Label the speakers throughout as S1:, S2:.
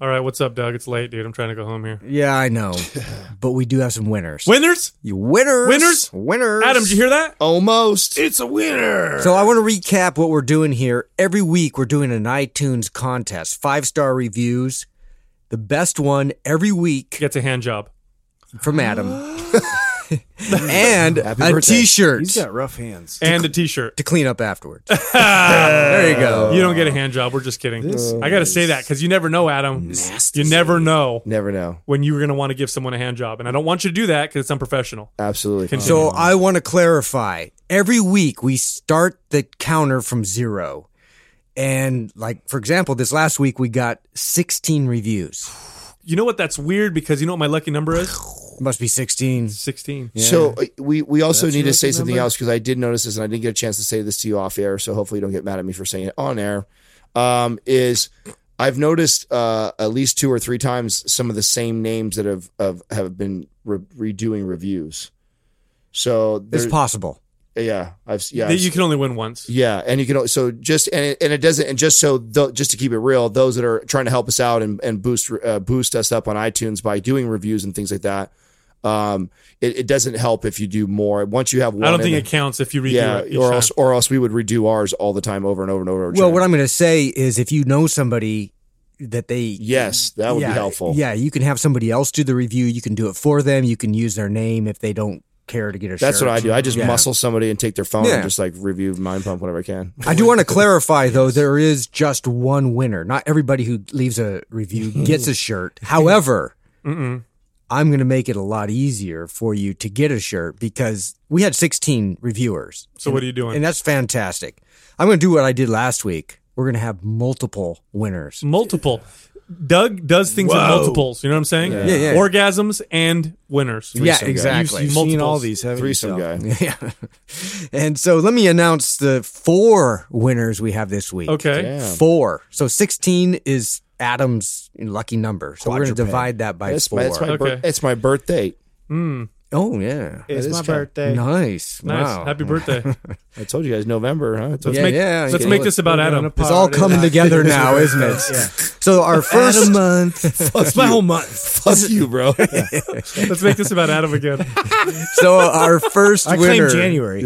S1: All right, what's up, Doug? It's late, dude. I'm trying to go home here.
S2: Yeah, I know. but we do have some winners.
S1: Winners?
S2: You winners.
S1: Winners?
S2: Winners.
S1: Adam, did you hear that?
S3: Oh. Almost. It's a winner.
S2: So I want to recap what we're doing here. Every week we're doing an iTunes contest, five star reviews. The best one every week
S1: Gets a hand job.
S2: from Adam. and
S3: Happy
S2: a
S3: birthday.
S2: shirt
S3: He's got rough hands.
S1: And a t shirt.
S2: to clean up afterwards. there you go.
S1: You don't get a hand job. We're just kidding.
S3: This
S1: I got to say that because you never know, Adam. You never know
S3: Never know.
S1: when you're going to want to give someone a hand job. And I don't want you to do that because it's unprofessional.
S3: Absolutely.
S1: Continue.
S2: So I want to clarify. Every week we start the counter from zero. And like for example, this last week we got 16 reviews.
S1: You know what? That's weird because you know what my lucky number is?
S2: must be 16.
S1: 16.
S3: So uh, we we also
S2: That's
S3: need
S2: your
S3: to say
S2: lucky
S3: something
S2: number.
S3: else because I did notice this and I didn't get a chance to say this to you off air. So hopefully you don't get mad at me for saying it on air. Um, is I've noticed uh, at least two or three times some of the same names that have have, have been re- redoing reviews. So
S2: It's
S3: there-
S2: possible.
S3: yeah, I've yeah
S1: That
S3: I've
S1: You can only win once.
S3: Yeah, and you can al- so just and it, and it doesn't and just so th- just to keep it real, those that are trying to help us out and and boost uh, boost us up on iTunes by doing reviews and things like that, um, it, it doesn't help if you do more. Once you have one,
S1: I don't
S3: in
S1: think
S3: the-
S1: it counts if you redo
S3: yeah,
S1: it. each
S3: or
S1: time.
S3: else or else we would redo ours all the time over and over and over.
S2: Well, what I'm going to say is if you know somebody that they
S3: yes, that would
S2: yeah,
S3: be helpful.
S2: Yeah, you can have somebody else do the review. You can do it for them. You can use their name if they don't care to get a
S3: That's what I do. I just
S2: Yeah.
S3: muscle somebody and take their phone
S2: Yeah.
S3: and just like review Mind Pump whenever I can.
S2: I do want to clarify though, there is just one winner. Not everybody who leaves a review gets a shirt. However,
S1: Mm-mm.
S2: I'm going to make it a lot easier for you to get a shirt because we had 16 reviewers.
S1: So what are you doing?
S2: And that's fantastic. I'm going to do what I did last week. We're going to have multiple winners.
S1: multiple. Doug does things in multiples. You know what I'm saying?
S3: Yeah. Yeah,
S2: yeah.
S1: Orgasms and winners.
S2: yeah, exactly.
S1: You've seen all these,
S2: haven't
S3: Threesome guy.
S1: Mm.
S2: Yeah. and so let me announce the four winners we have this week.
S1: Okay.
S3: Damn.
S2: Four. So 16 is Adam's lucky number. So we're going to divide that by
S3: It's
S2: four.
S3: my, it's, my bir-
S1: Okay.
S3: it's my birthday.
S2: oh, yeah.
S3: It's my birthday.
S2: Nice.
S1: Nice.
S2: Wow.
S1: Happy birthday. Let's
S3: I told you guys November, huh? It's
S2: yeah,
S1: make,
S2: yeah.
S1: let's
S2: yeah.
S1: make this about Adam.
S2: It's all coming together now, isn't it? So our first month.
S1: It's my whole month.
S3: Fuck you, bro.
S1: Let's make this about Adam again.
S2: So our first
S4: I claim
S2: winner.
S4: January.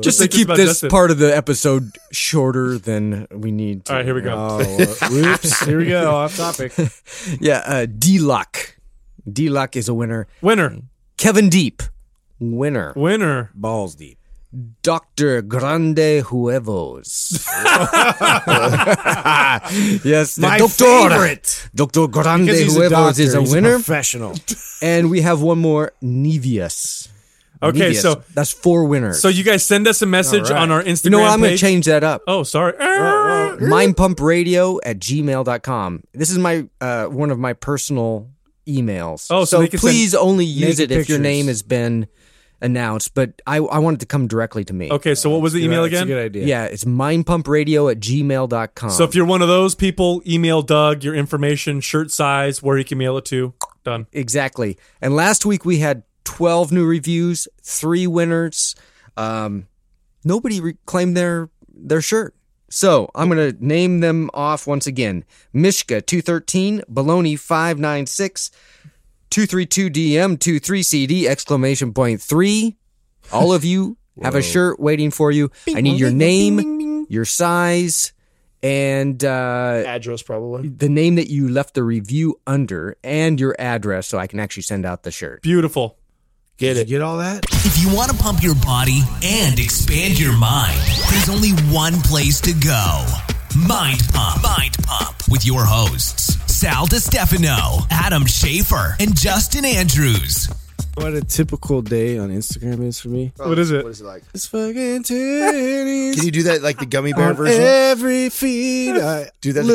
S2: Just to
S1: Think
S2: keep
S1: about
S2: this
S1: Justin.
S2: part of the episode shorter than we need. To.
S1: All right, here we go.
S2: Oh, whoops.
S4: Here we go. Off topic.
S2: Yeah, uh, D Luck. D Luck is a winner.
S1: Winner.
S2: Kevin Deep, winner.
S1: Winner.
S2: Balls Deep. Dr. Grande Huevos. yes, the
S4: My
S2: doctor.
S4: favorite.
S2: Dr. Grande
S4: Because he's a
S2: Huevos
S4: doctor,
S2: is a
S4: he's
S2: winner.
S4: professional.
S2: and we have one more, Nevius.
S1: Okay,
S2: Nevius.
S1: so-
S2: That's four winners.
S1: So you guys send us a message
S4: All right.
S1: on our Instagram
S2: you know what? I'm going
S1: page.
S2: to change that up.
S1: Oh, sorry.
S2: Mind Pump Radio at gmail.com. This is my uh, one of my personal emails.
S1: Oh, so they can send
S2: please only use it
S4: naked
S2: if your
S4: pictures.
S2: name has been announced, but I, I want it to come directly to me.
S1: Okay, so what was the email
S4: That's a
S1: again?
S4: good idea.
S2: Yeah, it's mindpumpradio at gmail.com.
S1: So if you're one of those people, email Doug your information, shirt size, where you can mail it to. Done.
S2: exactly. And last week we had 12 new reviews, three winners. Um, nobody re- claimed their their shirt. So I'm going to name them off once again Mishka 213, Baloney 596, 232DM 23CD, exclamation point three. All of you have a shirt waiting for you. I need your name, your size, and uh,
S3: Address probably.
S2: the name that you left the review under and your address so I can actually send out the shirt.
S1: Beautiful.
S3: Get
S4: Did you
S3: it.
S4: get all that?
S5: If you want to pump your body and expand your mind, there's only one place to go Mind Pump. Mind Pump with your hosts, Sal DiStefano, Adam Schaefer, and Justin Andrews.
S4: what a typical day on Instagram is for me.
S1: What is it?
S3: What is it like?
S4: It's fucking titties.
S3: Can you do that like the gummy bear
S4: on
S3: version?
S4: every feed I
S3: Do that to go-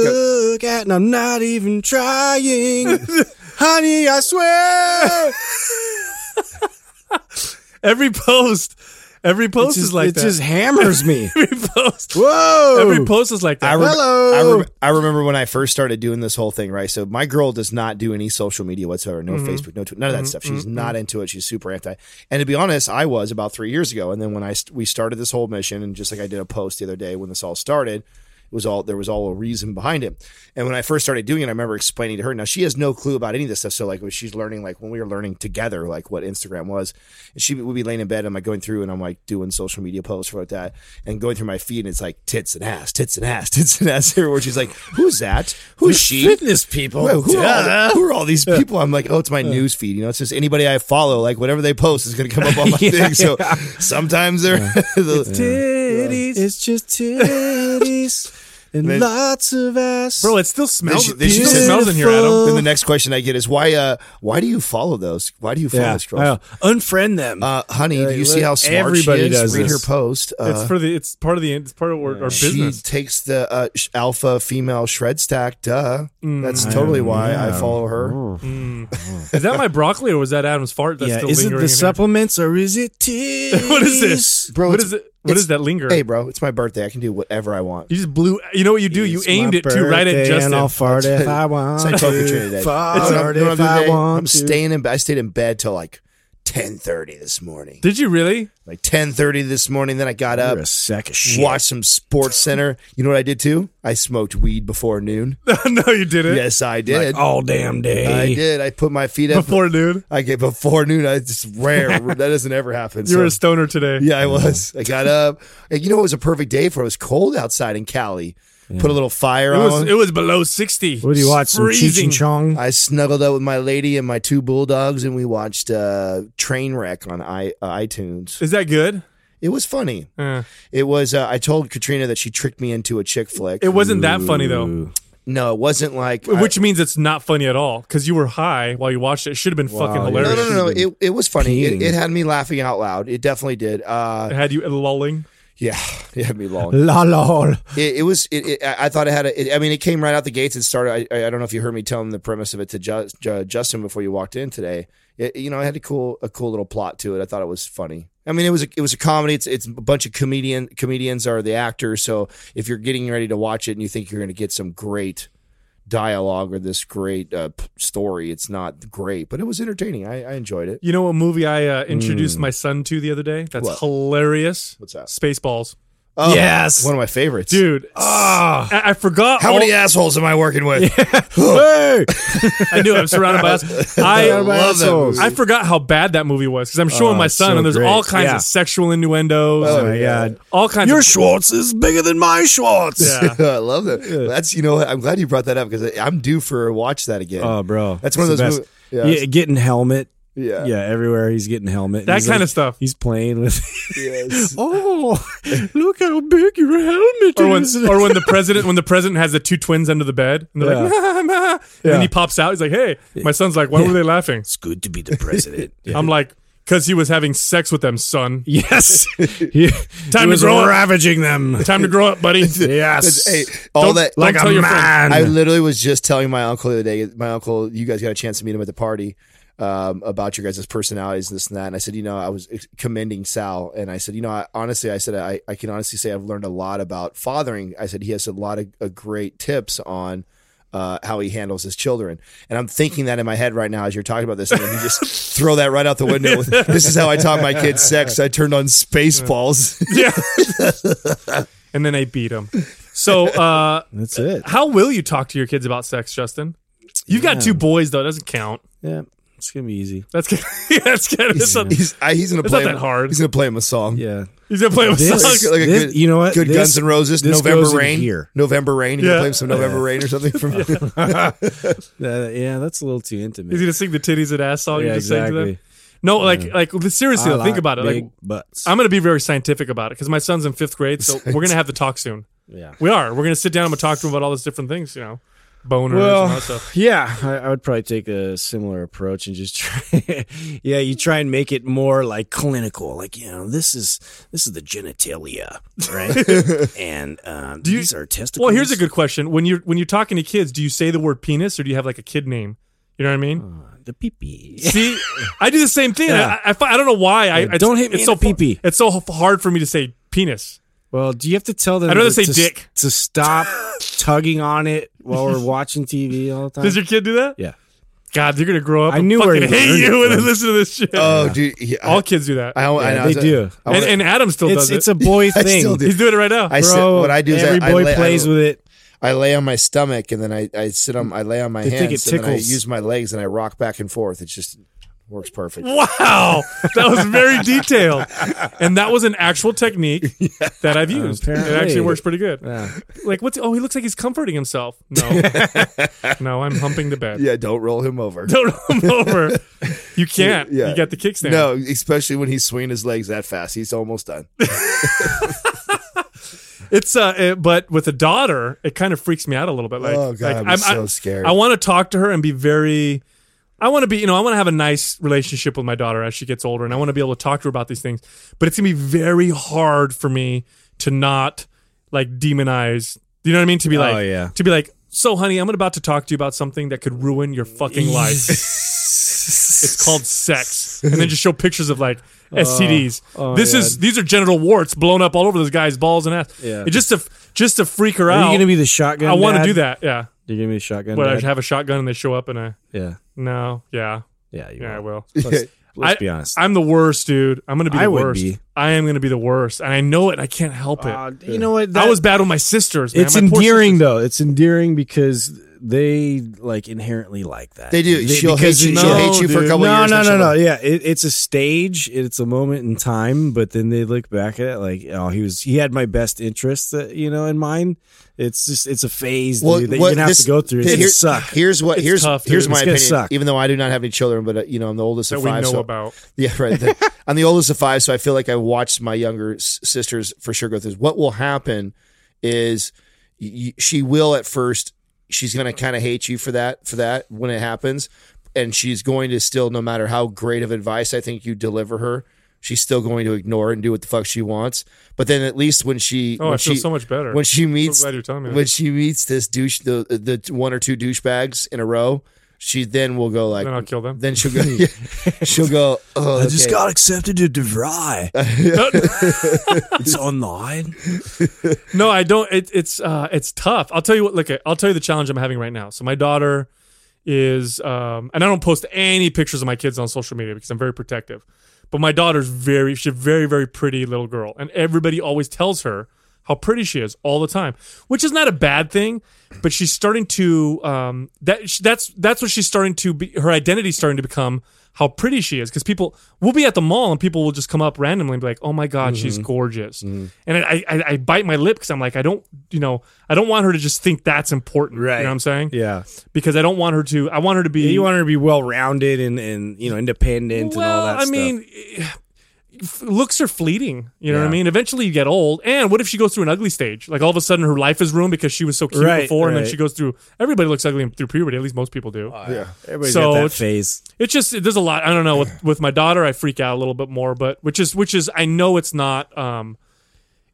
S4: look at, and I'm not even trying. Honey, I swear.
S1: Every post, every post
S4: It
S1: is like
S4: it
S1: that.
S4: just hammers me.
S1: every post,
S4: Whoa!
S1: every post is like
S3: I,
S1: that.
S3: rem-
S4: Hello.
S3: I, rem- I remember when I first started doing this whole thing, right? So my girl does not do any social media whatsoever, no Facebook, no Twitter, none of that stuff. She's not into it. She's super anti. And to be honest, I was about three years ago. And then when I st- we started this whole mission, and just like I did a post the other day when this all started, it was all there was all a reason behind it. And when I first started doing it, I remember explaining to her. Now she has no clue about any of this stuff. So like when she's learning, like when we were learning together, like what Instagram was, and she would be laying in bed. I'm like going through and I'm like doing social media posts or like that, and going through my feed, and it's like tits and ass, tits and ass, tits and ass everywhere. She's like, who's that? Who's she?
S4: Fitness people.
S3: Who, who, are
S4: Duh.
S3: all, who are all these people? I'm like, oh, it's my news feed. You know, it's just anybody I follow. Like whatever they post is going to come up on my thing. So sometimes they're the,
S4: titties. It's just titties and
S3: Then-
S4: lots of ass.
S1: Bro, it still smells.
S3: They should- they
S1: it
S3: should
S1: still
S3: say-
S1: smells in here, Adam.
S3: Then the next question I get is why? Uh, why do you follow those? Why do you follow
S4: yeah,
S3: those
S4: I know.
S3: girls?
S4: unfriend them.
S3: Uh, honey, do you see how smart
S4: everybody
S3: she is?
S4: does
S3: Read
S4: this.
S3: her post. Uh,
S1: it's for the. It's part of the. It's part of our, our
S3: she
S1: business.
S3: takes the uh, sh- alpha female shred stack. Duh,
S4: Mm,
S3: that's totally why I follow her.
S1: Is that my broccoli or was that Adam's fart? That's
S4: yeah,
S1: still
S4: is it
S1: lingering in
S4: the
S1: here?
S4: supplements or is it titties?
S1: What is this,
S3: Bro,
S1: What
S3: it's-
S1: is it? What
S3: it's-
S1: is that linger?
S3: Hey, bro, it's my birthday. I can do whatever I want.
S1: You just blew. You know what you do? you
S4: It's
S1: aimed
S4: my
S1: it too right
S4: birthday
S1: at
S4: And I'll
S1: Justin.
S4: fart if I want.
S3: It's like poker
S4: to.
S3: trading day. That's what I'm
S4: Fart
S3: doing
S4: if I
S3: today.
S4: want.
S3: I'm
S4: to.
S3: staying in. I stayed in bed till like ten thirty this morning.
S1: Did you really?
S3: Like ten thirty this morning. Then I got up.
S4: You're a sack of shit.
S3: Watch some Sports Center. You know what I did too? I smoked weed before noon.
S1: no, you didn't.
S3: yes, I did.
S4: all damn
S3: I
S4: day.
S3: did. I put my feet up.
S1: Before noon,
S3: I get before noon. I, it's rare. that doesn't ever happen.
S1: you were a
S3: so-
S1: stoner today.
S3: yeah, I was. I got up. And you know, it was a perfect day for it. It was cold outside in Cali. Put a little fire
S1: It was.
S3: on.
S1: It was below sixty.
S4: What do you watch? Some Cheech
S1: Freezing.
S4: and Chong.
S3: I snuggled up with my lady and my two bulldogs, and we watched uh, Trainwreck on I, uh, iTunes.
S1: Is that good?
S3: It was funny.
S1: Uh,
S3: It was. Uh, I told Katrina that she tricked me into a chick flick.
S1: it wasn't that funny though,
S3: no, it wasn't like
S1: which means it's not funny at all because you were high while you watched it. It should have been fucking
S4: yeah.
S1: hilarious.
S3: No, no, no, no. It, it was funny. It,
S4: Peeing.
S3: it had me laughing out loud. It definitely did.
S1: It
S3: Uh,
S1: had you lolling.
S3: yeah, it had me long.
S4: La la. la.
S3: It, it was. It, it, I I thought it had. A, it, I mean, it came right out the gates and started. I, I- I don't know if you heard me telling the premise of it to Ju- Ju- Justin before you walked in today. It, you know, it had a cool, a cool little plot to it. I thought it was funny. I mean, it was a, it was a comedy. It's it's a bunch of comedian comedians are the actors. So if you're getting ready to watch it and you think you're going to get some great dialogue or this great uh, p- story, it's not great, but it was entertaining. I, I enjoyed it.
S1: You know what movie I uh, introduced my son to the other day? That's
S3: Mm. What?
S1: hilarious.
S3: What's that?
S1: Spaceballs,
S3: Oh,
S4: Yes. Ah,
S3: one of my favorites,
S1: dude. I, I forgot.
S3: How
S1: all-
S3: many assholes am I working with?
S4: Hey!
S1: I knew it, I'm surrounded by us. I
S3: Surrounded by
S1: love that.
S4: assholes.
S1: movie. I forgot how bad that movie was because I'm showing
S4: Oh,
S1: my
S4: it's
S1: son,
S4: so
S1: and there's
S4: great.
S1: all kinds
S4: Yeah.
S1: of sexual innuendos.
S4: Oh my god.
S1: All kinds.
S4: Your
S1: of,
S4: Schwartz is bigger than my Schwartz.
S1: yeah.
S3: I love that. That's you know what? I'm glad you brought that up because I'm due for a watch that again.
S1: Um,
S4: Oh, bro.
S3: That's one of
S4: It's the
S3: those
S4: best.
S3: mov- yeah.
S4: Yeah, getting helmet.
S3: yeah,
S4: Yeah, everywhere he's getting helmet.
S1: That
S4: He's
S1: kind
S4: like-
S1: of stuff.
S4: He's playing with.
S3: Yes.
S4: oh, look how big your helmet
S1: Or when,
S4: is.
S1: or when the president when the president has the two twins under the bed and they're like, "Ma, ma," and then
S4: Yeah.
S1: he pops out. He's like, "Hey," my son's like, "Why were they laughing?"
S4: it's good to be the president.
S1: I'm like, "Cause he was having sex with them, son.
S4: Yes. He,
S1: Time
S4: he
S1: to
S4: was
S1: grow up.
S4: ravaging them.
S1: Time to grow up, buddy."
S4: Yes.
S3: Hey, all
S1: Don't-
S3: that.
S4: like
S1: tell
S4: a
S1: your friends.
S4: man.
S3: I literally was just telling my uncle the other day. My uncle, you guys got a chance to meet him at the party um, about your guys' personalities and this and that. And I said, you know, I was commending Sal, and I said, you know, I, honestly, I said, I, I can honestly say I've learned a lot about fathering. I said he has a lot of uh, great tips on. Uh, how he handles his children, and I'm thinking that in my head right now as you're talking about this, and then you just throw that right out the window. With, this is how I taught my kids sex. I turned on Spaceballs.
S1: yeah. and then I beat him. So, uh,
S4: That's it.
S1: how will you talk to your kids about sex, Justin? You've got
S4: Yeah.
S1: two boys though. It doesn't count.
S4: Yeah, it's gonna be easy.
S1: That's good. yeah, that's good. It's not-
S3: he's I, he's gonna
S1: It's
S3: play
S1: not that
S3: him-
S1: hard.
S3: He's gonna play him a song.
S4: Yeah,
S1: He's gonna play with
S4: This-
S1: socks.
S3: like a
S4: This-
S3: good,
S4: you know what?
S3: Good
S4: This-
S3: Guns N' Roses,
S4: this
S3: November
S4: goes in
S3: Rain,
S4: here.
S3: November Rain. You
S1: Yeah.
S3: can play him some November Rain or something. From,
S4: Uh, yeah, that's a little too intimate.
S1: Is he gonna sing the titties and ass song
S4: yeah,
S1: you just sang to them?
S4: exactly.
S1: No, like, like seriously,
S4: I
S1: though, think
S4: like
S1: about it.
S4: Big
S1: Like,
S4: butts.
S1: I'm gonna be very scientific about it because my son's in fifth grade, so we're gonna have to talk soon.
S4: yeah.
S1: We are. We're gonna sit down. I'm gonna talk to him about all those different things. You know, boners
S4: Well,
S1: and all that stuff.
S4: yeah, I, I would probably take a similar approach and just try. yeah, you try and make it more like clinical, like you know, this is this is the genitalia, right? and um,
S1: you-
S4: these are testicles.
S1: Well, here's a good question. When you're when you're talking to kids, do you say the word penis or do you have like a kid name? You know what I mean?
S4: Uh, the peepee.
S1: See, I do the same thing.
S4: Yeah.
S1: I, I, fi- I don't know why. I
S4: Yeah,
S1: it's-
S4: don't hit me
S1: It's
S4: in
S1: so
S4: the pee-pee.
S1: It's so h- hard for me to say penis.
S4: Well, do you have to tell them?
S1: I'd rather
S4: to-
S1: say
S4: to s-
S1: dick.
S4: to stop tugging on it while we're watching TV all the time.
S1: Does your kid do that?
S4: yeah,
S1: God, they're gonna grow up.
S4: I
S1: and
S4: knew where
S1: fucking
S4: you
S1: hate
S4: learned it
S1: you when they
S4: from.
S1: listen to this shit.
S3: Oh, dude. Yeah, I-
S1: All kids do that,
S3: I, I,
S4: Yeah,
S3: know,
S4: they
S3: I was-
S4: do.
S3: I
S1: and,
S3: wanna-
S1: and Adam still
S4: it's
S1: does
S4: it's
S1: it.
S4: a boy
S3: I
S4: thing,
S3: still do.
S1: He's doing it right now.
S3: I sit,
S4: bro.
S3: what I do is
S4: every
S3: I, I
S4: boy
S3: lay,
S4: plays
S3: I,
S4: with it.
S3: I lay on my stomach and then I, I sit on I lay on my
S4: They think
S3: hands
S4: it
S3: and then I
S4: tickles.
S3: use my legs and I rock back and forth. It just works perfect.
S1: wow, that was very detailed, and that was an actual technique that I've used. It actually
S4: Apparently.
S1: works pretty good.
S4: Yeah.
S1: Like, what's? Oh, he looks like he's comforting himself. No, no, I'm humping the bed.
S3: Yeah, don't roll him over.
S1: Don't him over. You can't.
S3: Yeah.
S1: You got the kickstand.
S3: No, especially when he's swinging his legs that fast. He's almost done.
S1: It's uh, it- but with a daughter, it kind of freaks me out a little bit. Like,
S3: Oh, God,
S1: like,
S3: I'm so scared.
S1: I want to talk to her and be very. I want to be, you know, I want to have a nice relationship with my daughter as she gets older, and I want to be able to talk to her about these things. But it's gonna be very hard for me to not like demonize. You know what I mean? To be like,
S4: yeah.
S1: to be like, so honey, I'm about to talk to you about something that could ruin your fucking life. it's called sex, and then just show pictures of like STDs.
S4: oh my
S1: this is these are genital warts blown up all over this guy's balls and ass.
S4: Yeah.
S1: It just to just to freak her
S4: Are
S1: out.
S4: you gonna be the shotgun?
S1: I want to
S4: dad?
S1: do that. Yeah.
S4: You're gonna be the shotgun.
S1: What? I
S4: dad?
S1: have a shotgun and they show up and I
S4: yeah,
S1: no. Yeah.
S4: yeah, you
S1: Yeah, I
S4: will.
S1: will.
S4: Let's,
S1: I-
S4: let's be honest.
S1: I'm the worst, dude. I'm gonna be the
S4: I would
S1: worst.
S4: be.
S1: I am gonna be the worst, and I know it. I can't help it.
S4: Uh, you know what?
S1: I was bad with my sisters. Man.
S4: It's
S1: My poor
S4: endearing
S1: sisters.
S4: though. It's endearing because they like inherently like that.
S3: They do. She'll
S4: because
S3: hate you-
S4: it-
S3: she'll hate you for a couple
S4: no,
S3: years
S4: No,
S3: and
S4: no,
S3: she'll
S4: no,
S3: go-
S4: Yeah, it, it's a stage. It's a moment in time. But then they look back at it like, oh, he was. He had my best interests, uh, you know, in mind. It's just. It's a phase that, you- that you're gonna have
S3: this-
S4: to go through. It's
S3: here-
S4: gonna suck.
S3: Here's what
S1: It's
S3: here's
S1: tough, dude.
S3: here's my
S4: It's gonna
S3: opinion.
S4: suck.
S3: Even though I do not have any children, but uh, you know I'm the oldest
S1: That
S3: of
S1: we
S3: five.
S1: know
S3: so-
S1: about.
S3: Yeah, right. The- I'm the oldest of five, so I feel like I watched my younger s- sisters for sure go through. this. What will happen is y- y- she will at first. She's going to kind of hate you for that for that when it happens, and she's going to still, no matter how great of advice I think you deliver her, she's still going to ignore it and do what the fuck she wants. But then at least when she
S1: Oh,
S3: when
S1: I feel
S3: she,
S1: so much better.
S3: when she meets
S1: glad you're telling me that.
S3: when she meets this douche the the one or two douchebags in a row. She then will go like
S1: Then I'll kill them.
S3: then she'll go. she'll go. Oh,
S4: I just
S3: okay."
S4: got accepted to DeVry. it's online.
S1: No, I don't. It, it's uh, it's tough. I'll tell you what. Look, I'll tell you the challenge I'm having right now. So my daughter is, um, and I don't post any pictures of my kids on social media because I'm very protective. But my daughter's very, she's a very, very pretty little girl, and everybody always tells her how pretty she is all the time, which is not a bad thing. But she's starting to um, that that's that's what she's starting to be. Her identity's starting to become how pretty she is because people will be at the mall and people will just come up randomly and be like, "Oh my god, she's gorgeous," and I, I I bite my lip because I'm like, I don't you know I don't want her to just think that's important, You
S4: Right.
S1: know what I'm saying?
S4: Yeah.
S1: because I don't want her to. I want her to be.
S4: Yeah, you want her to be well rounded and, and you know independent and all
S1: well,
S4: that
S1: I
S4: stuff.
S1: mean, f- looks are fleeting. You know what I
S4: Yeah.
S1: mean? Eventually, you get old. And what if she goes through an ugly stage? Like all of a sudden, her life is ruined because she was so cute
S4: Right,
S1: before, and then
S4: right.
S1: she goes through. Everybody looks ugly through puberty. At least most people do.
S4: everybody's
S1: so
S4: got that
S1: it's-
S4: phase.
S1: it's just there's a lot. I don't know with with my daughter, I freak out a little bit more, but which is which is I know it's not um,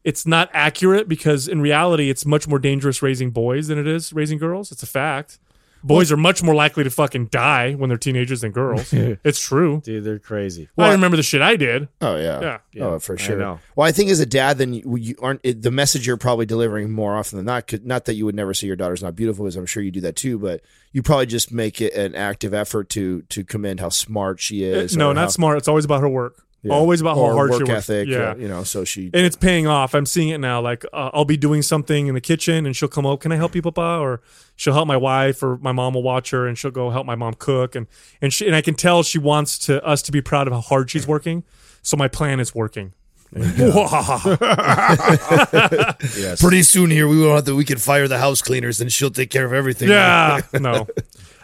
S1: it's not accurate because in reality, it's much more dangerous raising boys than it is raising girls. It's a fact. Boys are much more likely to fucking die when they're teenagers than girls. it's true.
S4: Dude, they're crazy.
S1: I remember the shit I did.
S3: Oh yeah.
S1: Yeah.
S3: Oh, for
S4: I
S3: sure.
S4: know.
S3: Well, I think as a dad, then you, you aren't it, the message you're probably delivering more often than not. Could, not that you would never say your daughter's not beautiful, because I'm sure you do that too. But you probably just make it an active effort to to commend how smart she is.
S1: no,
S3: or
S1: not
S3: how-
S1: smart. It's always about her work. Always about
S3: or
S1: how hard
S3: work
S1: she works.
S3: ethic.
S1: Yeah.
S3: uh, you know, so she.
S1: and it's paying off. I'm seeing it now. Like uh, I'll be doing something in the kitchen, and she'll come up. Can I help you, Papa? Or she'll help my wife, or my mom will watch her, and she'll go help my mom cook. And and she and I can tell she wants to us to be proud of how hard she's working. So my plan is working.
S3: Pretty soon here, we will have to. We can fire the house cleaners, and she'll take care of everything.
S1: yeah. No.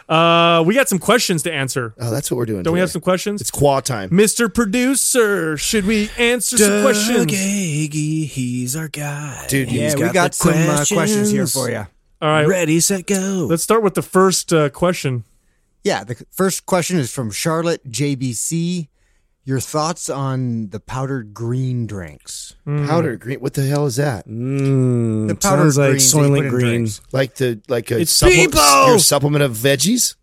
S1: Uh, we got some questions to answer.
S3: Oh, that's what we're doing.
S1: Don't we have
S3: today.
S1: some questions?
S3: It's qua time.
S1: Mr. Producer, should we answer some questions?
S4: Agee, he's our guy.
S3: Dude,
S4: He's
S3: Yeah,
S2: we got some uh, questions here for you.
S1: All right.
S4: Ready, set, go.
S1: Let's start with the first uh, question.
S6: Yeah, the first question is from Charlotte JBC. Your thoughts on the powdered green drinks?
S3: Powder green. What the hell is that?
S4: Mm,
S6: The powdered
S4: sounds like
S6: greens that you put
S4: Soylent
S6: in
S4: Green.
S6: drinks.
S3: Like the like a
S4: It's Bebo!
S3: your supplement of veggies.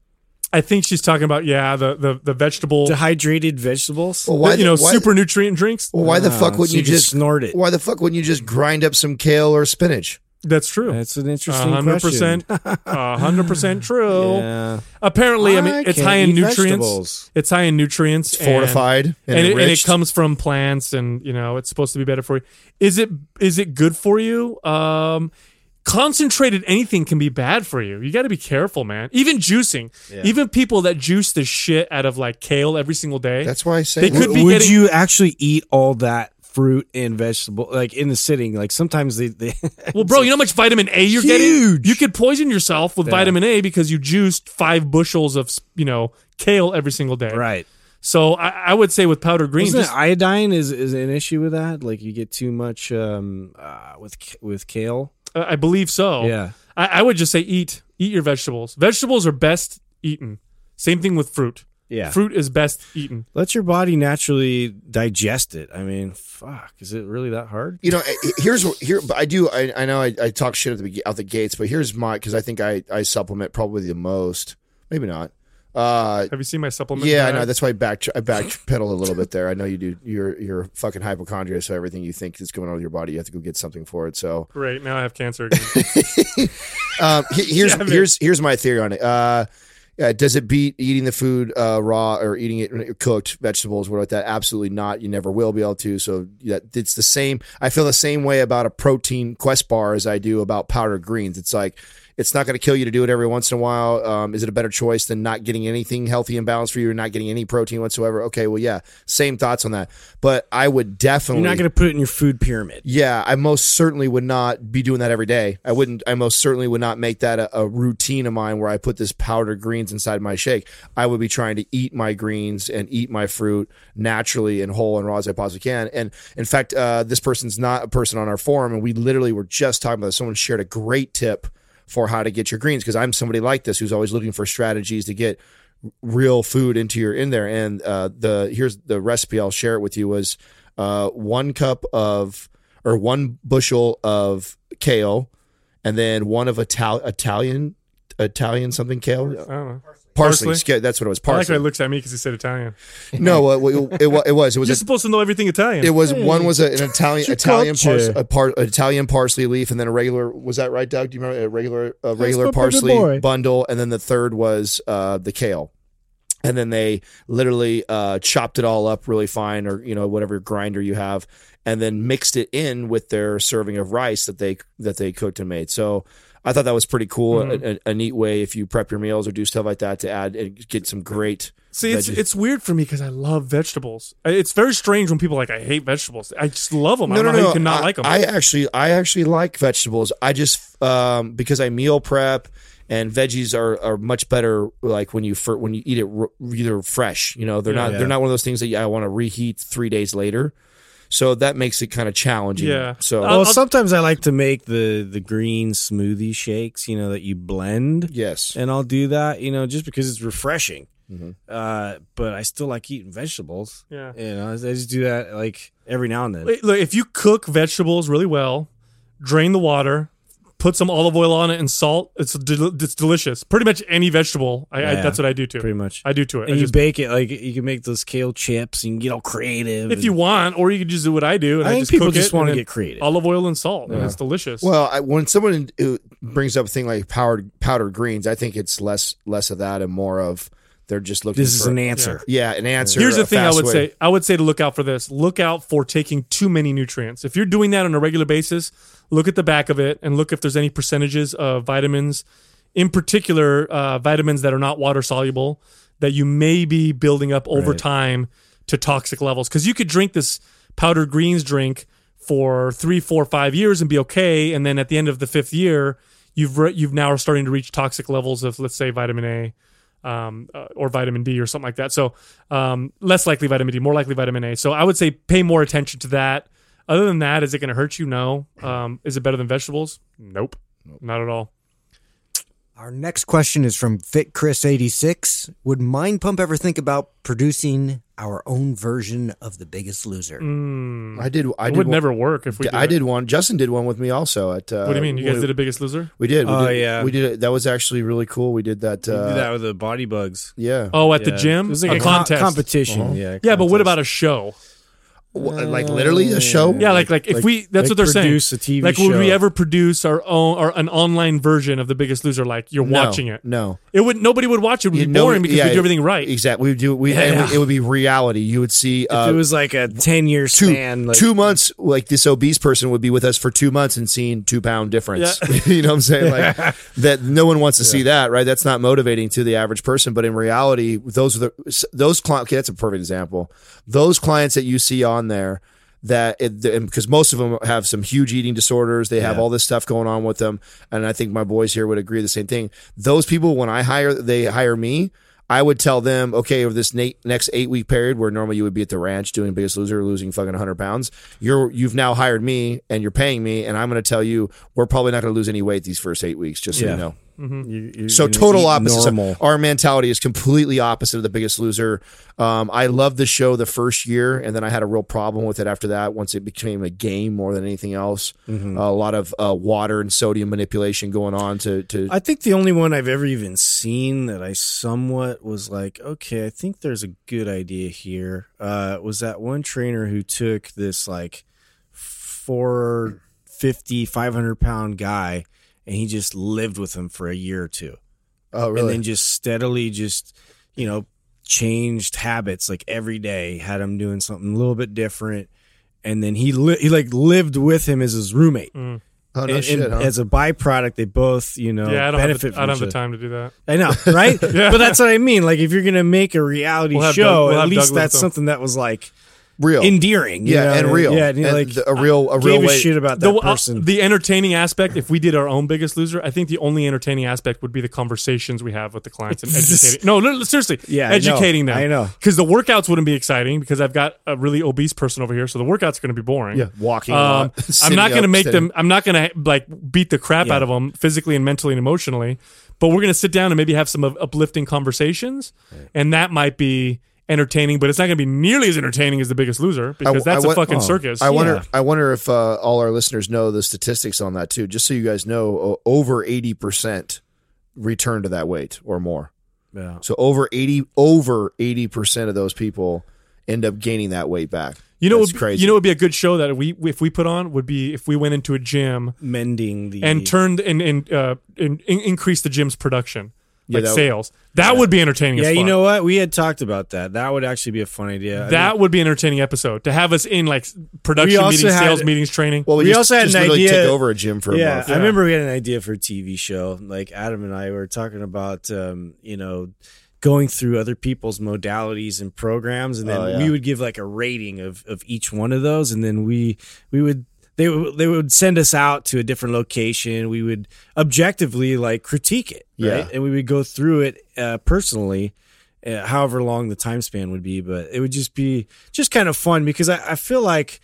S1: I think she's talking about yeah the the, the vegetable
S4: Dehydrated vegetables.
S3: Well, why
S1: you know
S3: the, why,
S1: super nutrient drinks.
S3: Well, why the
S4: Ah,
S3: fuck wouldn't
S4: so
S3: you,
S4: you can
S3: just
S4: snort it.
S3: Why the fuck wouldn't you just grind up some kale or spinach?
S1: That's true.
S4: That's an interesting
S1: hundred
S4: question.
S1: percent, hundred percent true.
S4: Yeah.
S1: Apparently, I mean,
S4: I
S1: it's
S4: can't
S1: high in
S4: eat
S1: nutrients.
S4: vegetables.
S1: It's high in nutrients.
S3: It's fortified and,
S1: and, it, and it
S3: enriched.
S1: comes from plants, and you know, it's supposed to be better for you. Is it is it good for you? Um, concentrated anything can be bad for you. You got to be careful, man. Even juicing, even people that juice the shit out of like kale every single day.
S3: That's why I say
S1: They could be
S4: would
S1: getting-
S4: you actually eat all that fruit and vegetable like in the sitting like sometimes they, they
S1: well, bro, you know how much vitamin A you're
S4: Huge.
S1: getting. You could poison yourself with vitamin A because you juiced five bushels of you know kale every single day.
S4: right
S1: So I, I would say with powdered greens,
S4: Isn't
S1: just-
S4: it iodine is is an issue with that like you get too much um uh with k- with kale
S1: Uh, I believe so.
S4: Yeah.
S1: I, I would just say eat. Eat your vegetables. Vegetables are best eaten. Same thing with fruit.
S4: yeah
S1: Fruit is best eaten.
S4: let your body naturally digest it i mean fuck is it really that hard
S3: you know, I- here's what- here. but I do. I, I know I, I talk shit at the begi- out the gates, but here's my because I think I I supplement probably the most. Maybe not. Uh,
S1: Have you seen my supplement?
S3: yeah, I
S1: guide?
S3: know. That's why I back I backpedal a little bit there. I know you do. You're you're a fucking hypochondria, so everything you think is going on with your body, you have to go get something for it. So
S1: Great. Now I have cancer again.
S3: um, he- here's
S1: Damn it.
S3: here's here's my theory on it. Uh, uh, does it beat eating the food uh, raw or eating it cooked vegetables? What like that? Absolutely not. You never will be able to. So yeah, it's the same. I feel the same way about a protein Quest bar as I do about powdered greens. It's like it's not going to kill you to do it every once in a while. Um, is it a better choice than not getting anything healthy and balanced for you, or not getting any protein whatsoever? Okay, well, yeah, same thoughts on that. But I would definitely
S4: you're not going to put it in your food pyramid
S3: yeah, I most certainly would not be doing that every day. I wouldn't. I most certainly would not make that a, a routine of mine where I put this powdered greens inside my shake. I would be trying to eat my greens and eat my fruit naturally and whole and raw as I possibly can. And in fact, uh, this person's not a person on our forum, and we literally were just talking about this. Someone shared a great tip for how to get your greens because I'm somebody like this who's always looking for strategies to get real food into your in there. And uh, the here's the recipe. I'll share it with you. Was uh, one cup of or one bushel of kale, and then one of Ital- Italian Italian something
S1: I
S3: kale.
S1: don't know.
S3: Parsley.
S1: Parsley?
S3: Sca- That's what it was.
S1: I like how
S3: Parsley.
S1: he looks at me because he said Italian.
S3: no, uh, well, it, it, wa- it was. It was.
S1: You're
S3: A,
S1: supposed to know everything Italian.
S3: it was one was a, an Italian Italian pars-
S4: culture.
S3: a par- Italian parsley leaf, and then a regular. Was that right, Doug? Do you remember a regular a regular
S4: my baby
S3: parsley
S4: boy.
S3: bundle, and then the third was uh, the kale. And then they literally uh, chopped it all up really fine, or you know whatever grinder you have, and then mixed it in with their serving of rice that they that they cooked and made. So I thought that was pretty cool, a, a, a neat way if you prep your meals or do stuff like that to add and get some great.
S1: See, it's
S3: veggies.
S1: it's weird for me because I love vegetables. I- It's very strange when people are like I hate vegetables. I just love them. I don't know how you can not
S3: I,
S1: like them.
S3: I actually, I actually like vegetables. I just um, because I meal prep and veggies are, are much better. Like when you fir- when you eat it r- either fresh, you know, they're not they're not one of those things that I want to reheat three days later. So that makes it kind of challenging.
S1: Yeah.
S3: So
S1: I'll-
S4: well
S1: I'll-
S4: sometimes i like to make the the green smoothie shakes you know that you blend
S3: yes,
S4: and I'll do that, you know, just because it's refreshing. Uh, but I still like eating vegetables.
S1: Yeah.
S4: you know, I just do that like every now and then.
S1: Wait, Look, if you cook vegetables really well, drain the water, put some olive oil on it and salt, it's del- it's delicious. Pretty much any vegetable, I, I,
S4: Yeah,
S1: that's what I do to. it.
S4: pretty much.
S1: I do to it. I
S4: and you
S1: just-
S4: bake it like you can make those kale chips and you can get all creative.
S1: if you want, or you could just do what I do. And
S4: I
S1: I,
S4: think
S1: just
S4: people
S1: cook
S4: just
S1: it and
S4: wanna
S1: then
S4: get creative.
S1: Olive oil and salt, and it's delicious.
S3: Well, I, when someone uh, brings up a thing like powdered powdered greens, I think it's less less of that and more of they're just looking.
S4: this is
S3: for,
S4: an answer.
S3: yeah, an answer.
S1: Here's
S3: a
S1: the thing I
S3: fast
S1: would
S3: way.
S1: say. I would say to look out for this. Look out for taking too many nutrients. If you're doing that on a regular basis, look at the back of it and look if there's any percentages of vitamins, in particular uh, vitamins that are not water soluble, that you may be building up over time to toxic levels. Because you could drink this powdered greens drink for three, four, five years and be okay, and then at the end of the fifth year, you've re- you've now are starting to reach toxic levels of let's say vitamin A um, uh, or vitamin D or something like that. So um, less likely vitamin D, more likely vitamin A. So I would say pay more attention to that. Other than that, is it going to hurt you? No. Um, is it better than vegetables? Nope, not at all.
S6: Our next question is from Fit Chris 86. Would Mind Pump ever think about producing our own version of The Biggest Loser?
S1: Mm,
S3: I did. I
S1: it
S3: did
S1: would
S3: one-
S1: never work if we. Did
S3: I
S1: it.
S3: did one. Justin did one with me also. At uh,
S1: What do you mean? You guys
S3: we-
S1: did a Biggest Loser?
S3: We did. We
S4: Oh,
S3: did-
S4: yeah.
S3: We did. it. That was actually really cool. We did that. Uh,
S4: do that with the body bugs.
S3: Yeah.
S1: Oh, at the
S4: Yeah.
S1: gym,
S4: It was like
S1: a,
S4: a, co-
S1: contest.
S4: competition. Yeah.
S1: Yeah, but what
S4: contest.
S1: about a show?
S3: Wha- like literally a show.
S1: Yeah, like like, if we that's
S4: like
S1: what they're saying.
S4: produce a TV
S1: like, would we
S4: show.
S1: ever produce our own or an online version of The Biggest Loser? Like you're
S3: No,
S1: watching it.
S3: No.
S1: It would nobody would watch it. It would be
S3: You know-
S1: boring because
S3: yeah,
S1: we do everything right.
S3: Exactly. We would do. We, and
S1: Yeah.
S3: it would be reality. You would see. Uh,
S4: if it was like a ten year
S3: two
S4: span, like,
S3: two months like this obese person would be with us for two months and seeing two pound difference
S1: Yeah.
S3: you know what i'm saying like that no one wants to see that right that's not motivating to the average person but in reality those are the those clients okay, that's a perfect example those clients that you see on there that it, the- and because most of them have some huge eating disorders they have all this stuff going on with them and i think my boys here would agree the same thing those people when i hire they hire me I would tell them, okay, over this na- next eight week period where normally you would be at the ranch doing Biggest Loser, losing fucking 100 pounds, you're you've now hired me and you're paying me, and I'm going to tell you we're probably not going to lose any weight these first eight weeks, just so
S4: Yeah.
S3: you know.
S4: you- you're
S3: So
S4: gonna
S3: total Oh,
S4: eat
S3: opposite.
S4: Normal.
S3: Our mentality is completely opposite of the Biggest Loser. Um, I loved the show the first year, and then I had a real problem with it after that. Once it became a game more than anything else,
S4: Mm-hmm.
S3: a lot of uh, water and sodium manipulation going on to to.
S4: I think the only one I've ever even seen that I somewhat was like, okay, I think there's a good idea here. Uh, was that one trainer who took this like 450, 500 pound guy and he just lived with him for a year or two
S3: oh
S4: and then just steadily just you know changed habits like every day had him doing something a little bit different and then he li- he like lived with him as his roommate
S3: Oh no
S4: and,
S3: shit!
S4: and
S3: huh?
S4: as a byproduct they both you know
S1: yeah, I don't, have
S4: benefit
S1: the, I
S4: from
S1: don't have
S4: each
S1: the
S4: other.
S1: time to do that.
S4: I know, right?
S1: Yeah.
S4: But that's what I mean. Like, if you're gonna make a reality
S1: We'll have
S4: show,
S1: Doug- we'll
S4: at
S1: have
S4: least
S1: Doug
S4: that's
S1: Lithgow.
S4: something that was like
S3: real.
S4: endearing, you
S3: Oh. yeah,
S4: know?
S3: and real.
S4: yeah, and,
S3: And
S4: like
S3: the- a real, a real
S4: gave
S3: way.
S4: a shit about
S1: The,
S4: that
S1: uh,
S4: person.
S1: the entertaining aspect, if we did our own Biggest Loser, I think the only entertaining aspect would be the conversations we have with the clients and educating. No, no, seriously,
S4: Yeah, I know.
S1: educating them.
S4: I know.
S1: because the workouts wouldn't be exciting because I've got a really obese person over here, so the workouts are going to be boring.
S3: Yeah, walking. a
S1: Um,
S3: lot,
S1: I'm
S3: sitting
S1: not going to
S3: up,
S1: make
S3: sitting-
S1: them. I'm not going to like beat the crap
S4: Yeah.
S1: out of them physically and mentally and emotionally. But we're going to sit down and maybe have some of- uplifting conversations, and that might be entertaining. But it's not going to be nearly as entertaining as The Biggest Loser because
S3: I
S1: that's a
S3: wa-
S1: fucking
S3: oh,
S1: circus.
S3: I wonder. I wonder if uh, all our listeners know the statistics on that too. Just so you guys know, o- over eighty percent return to that weight or more.
S4: yeah.
S3: So over eighty, over eighty percent of those people end up gaining that weight back.
S1: You know,
S3: That's
S1: what-
S3: crazy.
S1: you know, would be a good show that we if we put on would be if we went into a gym
S4: Mending the
S1: and turned and and, uh, and, in increased the gym's production,
S3: Yeah,
S1: like
S3: that-
S1: sales. That would be entertaining. as
S4: Yeah, you
S1: fuck.
S4: know what? We had talked about that. That would actually be a fun idea. I
S1: That would be an entertaining episode to have us in like s- production
S4: also
S1: meetings,
S4: had-
S1: sales meetings, training.
S3: Well, we,
S4: We
S3: just,
S4: also had
S3: just
S4: an
S3: literally
S4: idea-
S3: Take over a gym for a
S4: yeah,
S3: month.
S4: I remember we had an idea for a TV show. Like Adam and I were talking about, um, you know, going through other people's modalities and programs, and then
S3: Oh, yeah.
S4: we would give like a rating of of each one of those, and then we we would. They, would- they would send us out to a different location. We would objectively like critique it, right?
S3: Yeah.
S4: And we would go through it uh, personally, uh, however long the time span would be. But it would just be just kind of fun because I, I feel like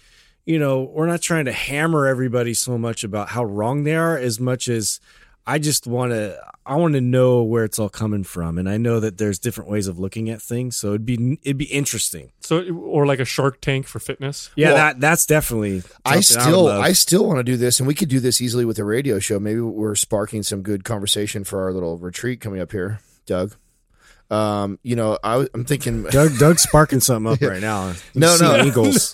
S4: you know, we're not trying to hammer everybody so much about how wrong they are as much as I just want to I want to know where it's all coming from and I know that there's different ways of looking at things so it'd be it'd be interesting.
S1: so or like a Shark Tank for fitness.
S4: Yeah,
S3: Well,
S4: that that's definitely something
S3: I
S4: would
S3: still,
S4: love.
S3: I, still want to do this, and we could do this easily with a radio show. Maybe we're sparking some good conversation for our little retreat coming up here, Doug. Um, you know, I, was- I'm thinking.
S4: Doug Doug's sparking something up right now. You
S3: No,
S4: see
S3: no.
S4: Eagles.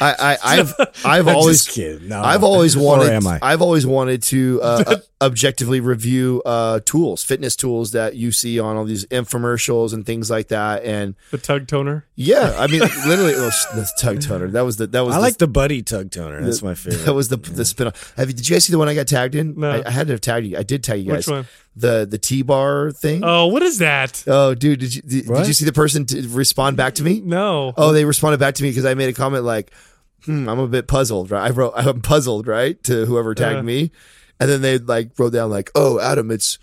S3: I, I, I've, I've
S4: I'm
S3: always,
S4: just kidding. No.
S3: I've always
S4: Or
S3: wanted,
S4: am I?
S3: have always wanted to uh, objectively review uh, tools, fitness tools that you see on all these infomercials and things like that. And
S1: The tug toner.
S3: yeah, I mean, literally, oh, sh- the tug toner. That was the, that was
S4: I
S3: the-
S4: like the buddy tug toner. That's my favorite.
S3: That was the the spinoff. Have you, did you guys see the one I got tagged in?
S1: No.
S3: I, I had to have tagged you. I did tag you
S1: Which
S3: guys.
S1: one?
S3: The the T bar thing.
S1: Oh, what is that?
S3: Oh, dude, did you did, did
S4: What?
S3: you see the person t- respond back to me?
S1: No.
S3: Oh, they responded back to me because I made a comment like, "Hmm, I'm a bit puzzled." Right? I wrote, "I'm puzzled," right, to whoever tagged
S1: Uh.
S3: me, and then they like wrote down like, "Oh, Adam, it's."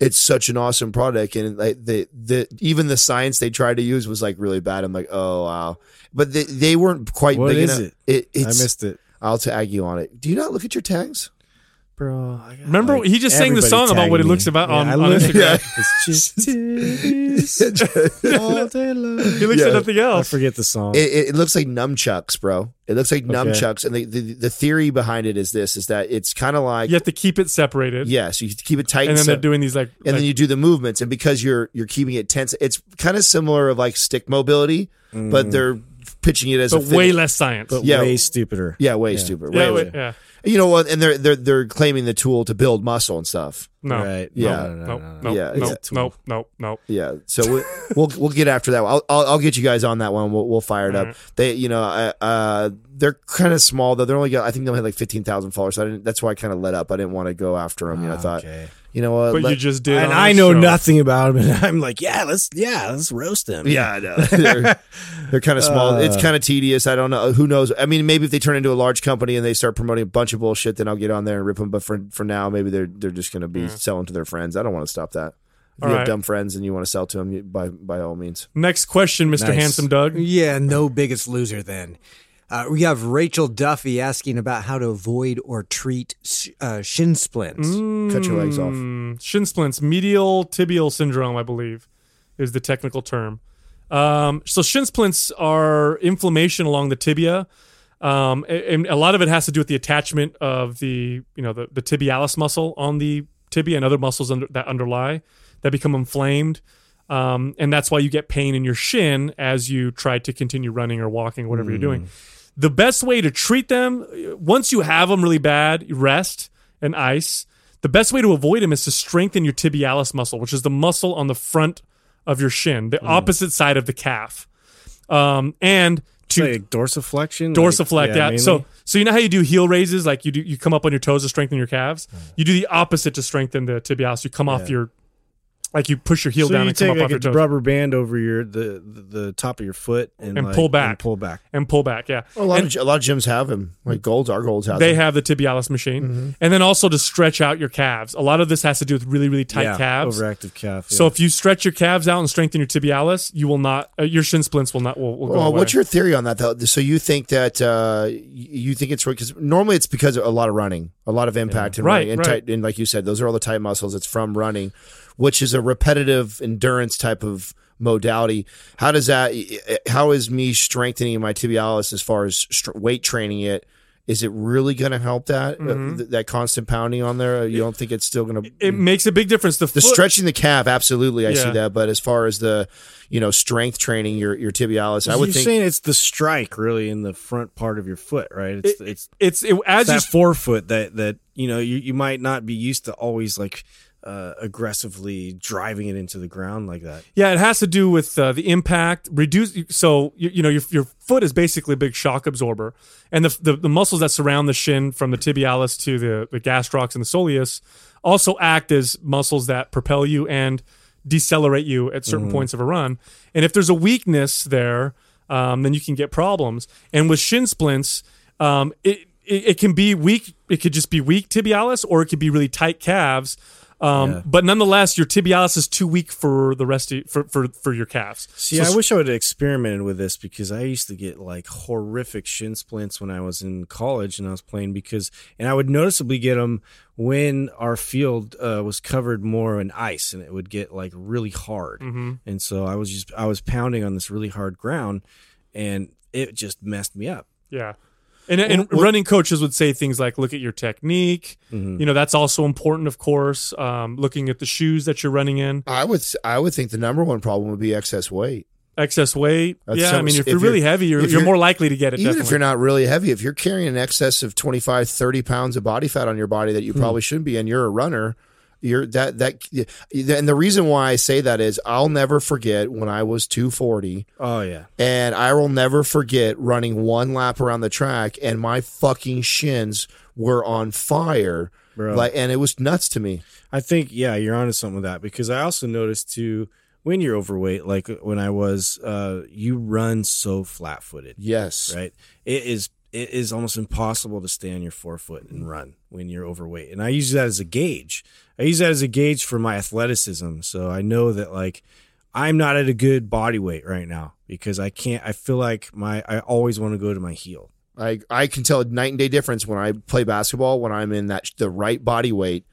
S3: It's such an awesome product, and like the the even the science they tried to use was like really bad. I'm like, oh wow, but they, they weren't quite
S4: What
S3: big
S4: is
S3: enough. It,
S4: I
S3: it's
S4: missed it.
S3: I'll tag you on it. Do you not look at your tags?
S4: bro. I got,
S1: Remember,
S4: like,
S1: he just sang the
S4: everybody
S1: song about what it
S4: tagging
S1: looks
S4: me.
S1: about
S4: Yeah,
S1: on-
S4: I
S1: on
S4: love-
S1: Instagram.
S4: Yeah. It's just titties all day long.
S1: He looks
S3: Yeah.
S1: at nothing
S4: I
S1: else.
S4: forget the song.
S3: It, it, it looks like nunchucks, bro. It looks like nunchucks, and the, the the theory behind it is this: is that it's kind of like
S1: You have to keep it separated.
S3: yeah, so you keep it tight,
S1: And then
S3: so-
S1: they're doing these like,
S3: and
S1: like-
S3: then you do the movements, and because you're you're keeping it tense, it's kind of similar of like stick mobility, but they're pitching it as a
S1: Mm. but way
S3: thing-
S1: less science.
S4: but
S3: yeah.
S4: way stupider.
S3: Yeah, way stupid.
S1: yeah,
S3: way-
S1: wait, yeah.
S3: You know what? And they're they're they're claiming the tool to build muscle and stuff.
S1: No.
S4: Right.
S3: Yeah.
S4: No, no, no,
S1: Nope,
S4: no, no.
S1: nope,
S3: Yeah,
S1: nope,
S3: it's
S1: nope, nope, nope.
S3: Yeah, so we, we'll we'll get after that. I'll, I'll I'll get you guys on that one. We'll we'll fire it up. They you know uh, uh they're kind of small though. They're only got I think they only had like fifteen thousand followers. So I didn't. That's why I kind of let up. I didn't want to go after them. You know, I thought
S4: Okay.
S3: you know what.
S1: But
S3: let-
S1: you just did.
S4: And
S1: on
S4: I
S1: this
S4: know
S1: show.
S4: nothing about him, and I'm like, yeah, let's yeah, let's roast him.
S3: yeah, I know. Uh. they're, they're kind of small. it's kind of tedious. I don't know. Who knows? I mean, maybe if they turn into a large company and they start promoting a bunch of bullshit, then I'll get on there and rip them. But for for now, maybe they're they're just going to be selling to their friends. I don't want to stop that. If
S1: All
S3: you
S1: right.
S3: have dumb friends and you want to sell to them, you, by by all means.
S1: Next question, Mr.
S4: Nice.
S1: Handsome Doug.
S6: Yeah, no biggest loser then. Uh, we have Rachel Duffy asking about how to avoid or treat sh- uh, shin splints.
S2: Mm.
S3: Cut your legs off.
S1: Mm, Shin splints, medial tibial syndrome, I believe, is the technical term. Um, so shin splints are inflammation along the tibia, um, a- and a lot of it has to do with the attachment of the you know the, the tibialis muscle on the tibia and other muscles under, that underlie that become inflamed, um, and that's why you get pain in your shin as you try to continue running or walking or whatever you're doing. The best way to treat them uh, once you have them really bad, rest and ice. The best way to avoid them is to strengthen your tibialis muscle, which is the muscle on the front of your shin, the opposite side of the calf. Um, and
S4: It's
S1: to
S4: like dorsiflexion.
S1: dorsiflect.
S4: like,
S1: yeah.
S4: mainly.
S1: So so you know how you do heel raises, like you do you come up on your toes to strengthen your calves. You do the opposite to strengthen the tibialis. You come off your like you push your heel
S4: So
S1: down
S4: you
S1: and come
S4: take
S1: up off
S4: like
S1: your
S4: a
S1: toes
S4: rubber band over your the the, the top of your foot and,
S1: And
S4: like,
S1: pull back.
S4: and pull back.
S1: and pull back. Yeah.
S4: Oh,
S3: A lot of a lot of gyms have them. Like Golds, our Golds have
S1: They
S3: them.
S1: have the tibialis machine.
S4: Mm-hmm.
S1: And then also to stretch out your calves. A lot of this has to do with really, really tight
S4: yeah,
S1: calves.
S4: overactive calf.
S1: So
S4: yeah.
S1: if you stretch your calves out and strengthen your tibialis, you will not. Uh, your shin splints will not. Will, will go
S3: Well,
S1: away.
S3: what's your theory on that though? So you think that uh, y- you think it's because normally it's because of a lot of running, a lot of impact, and
S1: Right,
S3: running, and,
S1: right.
S3: tight, and like you said, those are all the tight muscles. It's from running, which is a repetitive endurance type of modality. How does that? How is me strengthening my tibialis as far as str- weight training it? Is it really going to help that uh, th- that constant pounding on there? You don't think it's still going to
S1: Mm-hmm.
S4: Mm.
S1: It makes a big difference. The,
S3: the
S1: foot-
S3: stretching the calf absolutely i see
S1: Yeah.
S3: that but as far as the you know strength training your your tibialis i would
S4: you're
S3: think
S4: saying it's the strike really in the front part of your foot, right? It's it's
S1: It's it, as
S4: it's
S1: you
S4: that forefoot that that you know you, you might not be used to always like uh, aggressively driving it into the ground like that.
S1: Yeah, it has to do with uh, the impact. Reduce so you, you know your, your foot is basically a big shock absorber, and the, the the muscles that surround the shin from the tibialis to the the gastrocs and the soleus also act as muscles that propel you and decelerate you at certain points of a run. And if there's a weakness there, um, then you can get problems. And with shin splints, um, it, it it can be weak. It could just be weak tibialis, or it could be really tight calves. Um, But nonetheless, your tibialis is too weak for the rest of, for, for for your calves.
S4: See, I wish I would have experimented with this because I used to get like horrific shin splints when I was in college and I was playing because, and I would noticeably get them when our field uh, was covered more in ice and it would get like really hard. And so I was just, I was pounding on this really hard ground and it just messed me up.
S1: Yeah. And, and running coaches would say things like, look at your technique.
S3: Mm-hmm.
S1: You know, that's also important, of course. Um, looking at the shoes that you're running in,
S3: i would i would think the number one problem would be excess weight
S1: excess weight.
S3: That's
S1: yeah.
S3: so-
S1: I mean, if,
S3: if
S1: you're really
S3: you're-
S1: heavy, you're,
S3: if
S1: you're
S3: you're-
S1: more likely to get it.
S3: even
S1: definitely.
S3: if you're not really heavy if you're carrying an excess of 25 30 pounds of body fat on your body that you
S1: Hmm.
S3: probably shouldn't be and you're a runner you're that that and the reason why i say that is i'll never forget when i was 240
S4: Oh, yeah.
S3: and I will never forget running one lap around the track and my fucking shins were on fire.
S4: Bro.
S3: Like and it was nuts to me.
S4: I think yeah, you're onto something with that because I also noticed too when you're overweight, like when I was, uh, you run so flat footed,
S3: Yes.
S4: right? It is it is almost impossible to stay on your forefoot and run when you're overweight, and I use that as a gauge. I use that as a gauge for my athleticism, so I know that like I'm not at a good body weight right now because I can't. I feel like my I always want to go to my heel.
S3: I I can tell a night and day difference when I play basketball when I'm in that the right body weight.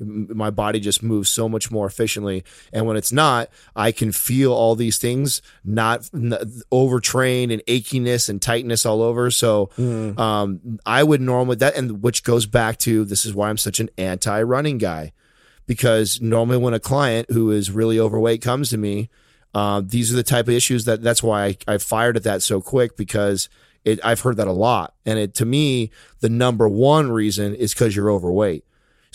S3: m- My body just moves so much more efficiently, and when it's not, I can feel all these things not n- overtrained and achiness and tightness all over. So, um, I would normally that, and which goes back to this is why I'm such an anti-running guy, because normally when a client who is really overweight comes to me, uh, these are the type of issues that that's why I, I fired at that so quick because it, I've heard that a lot, and it to me the number one reason is because you're overweight.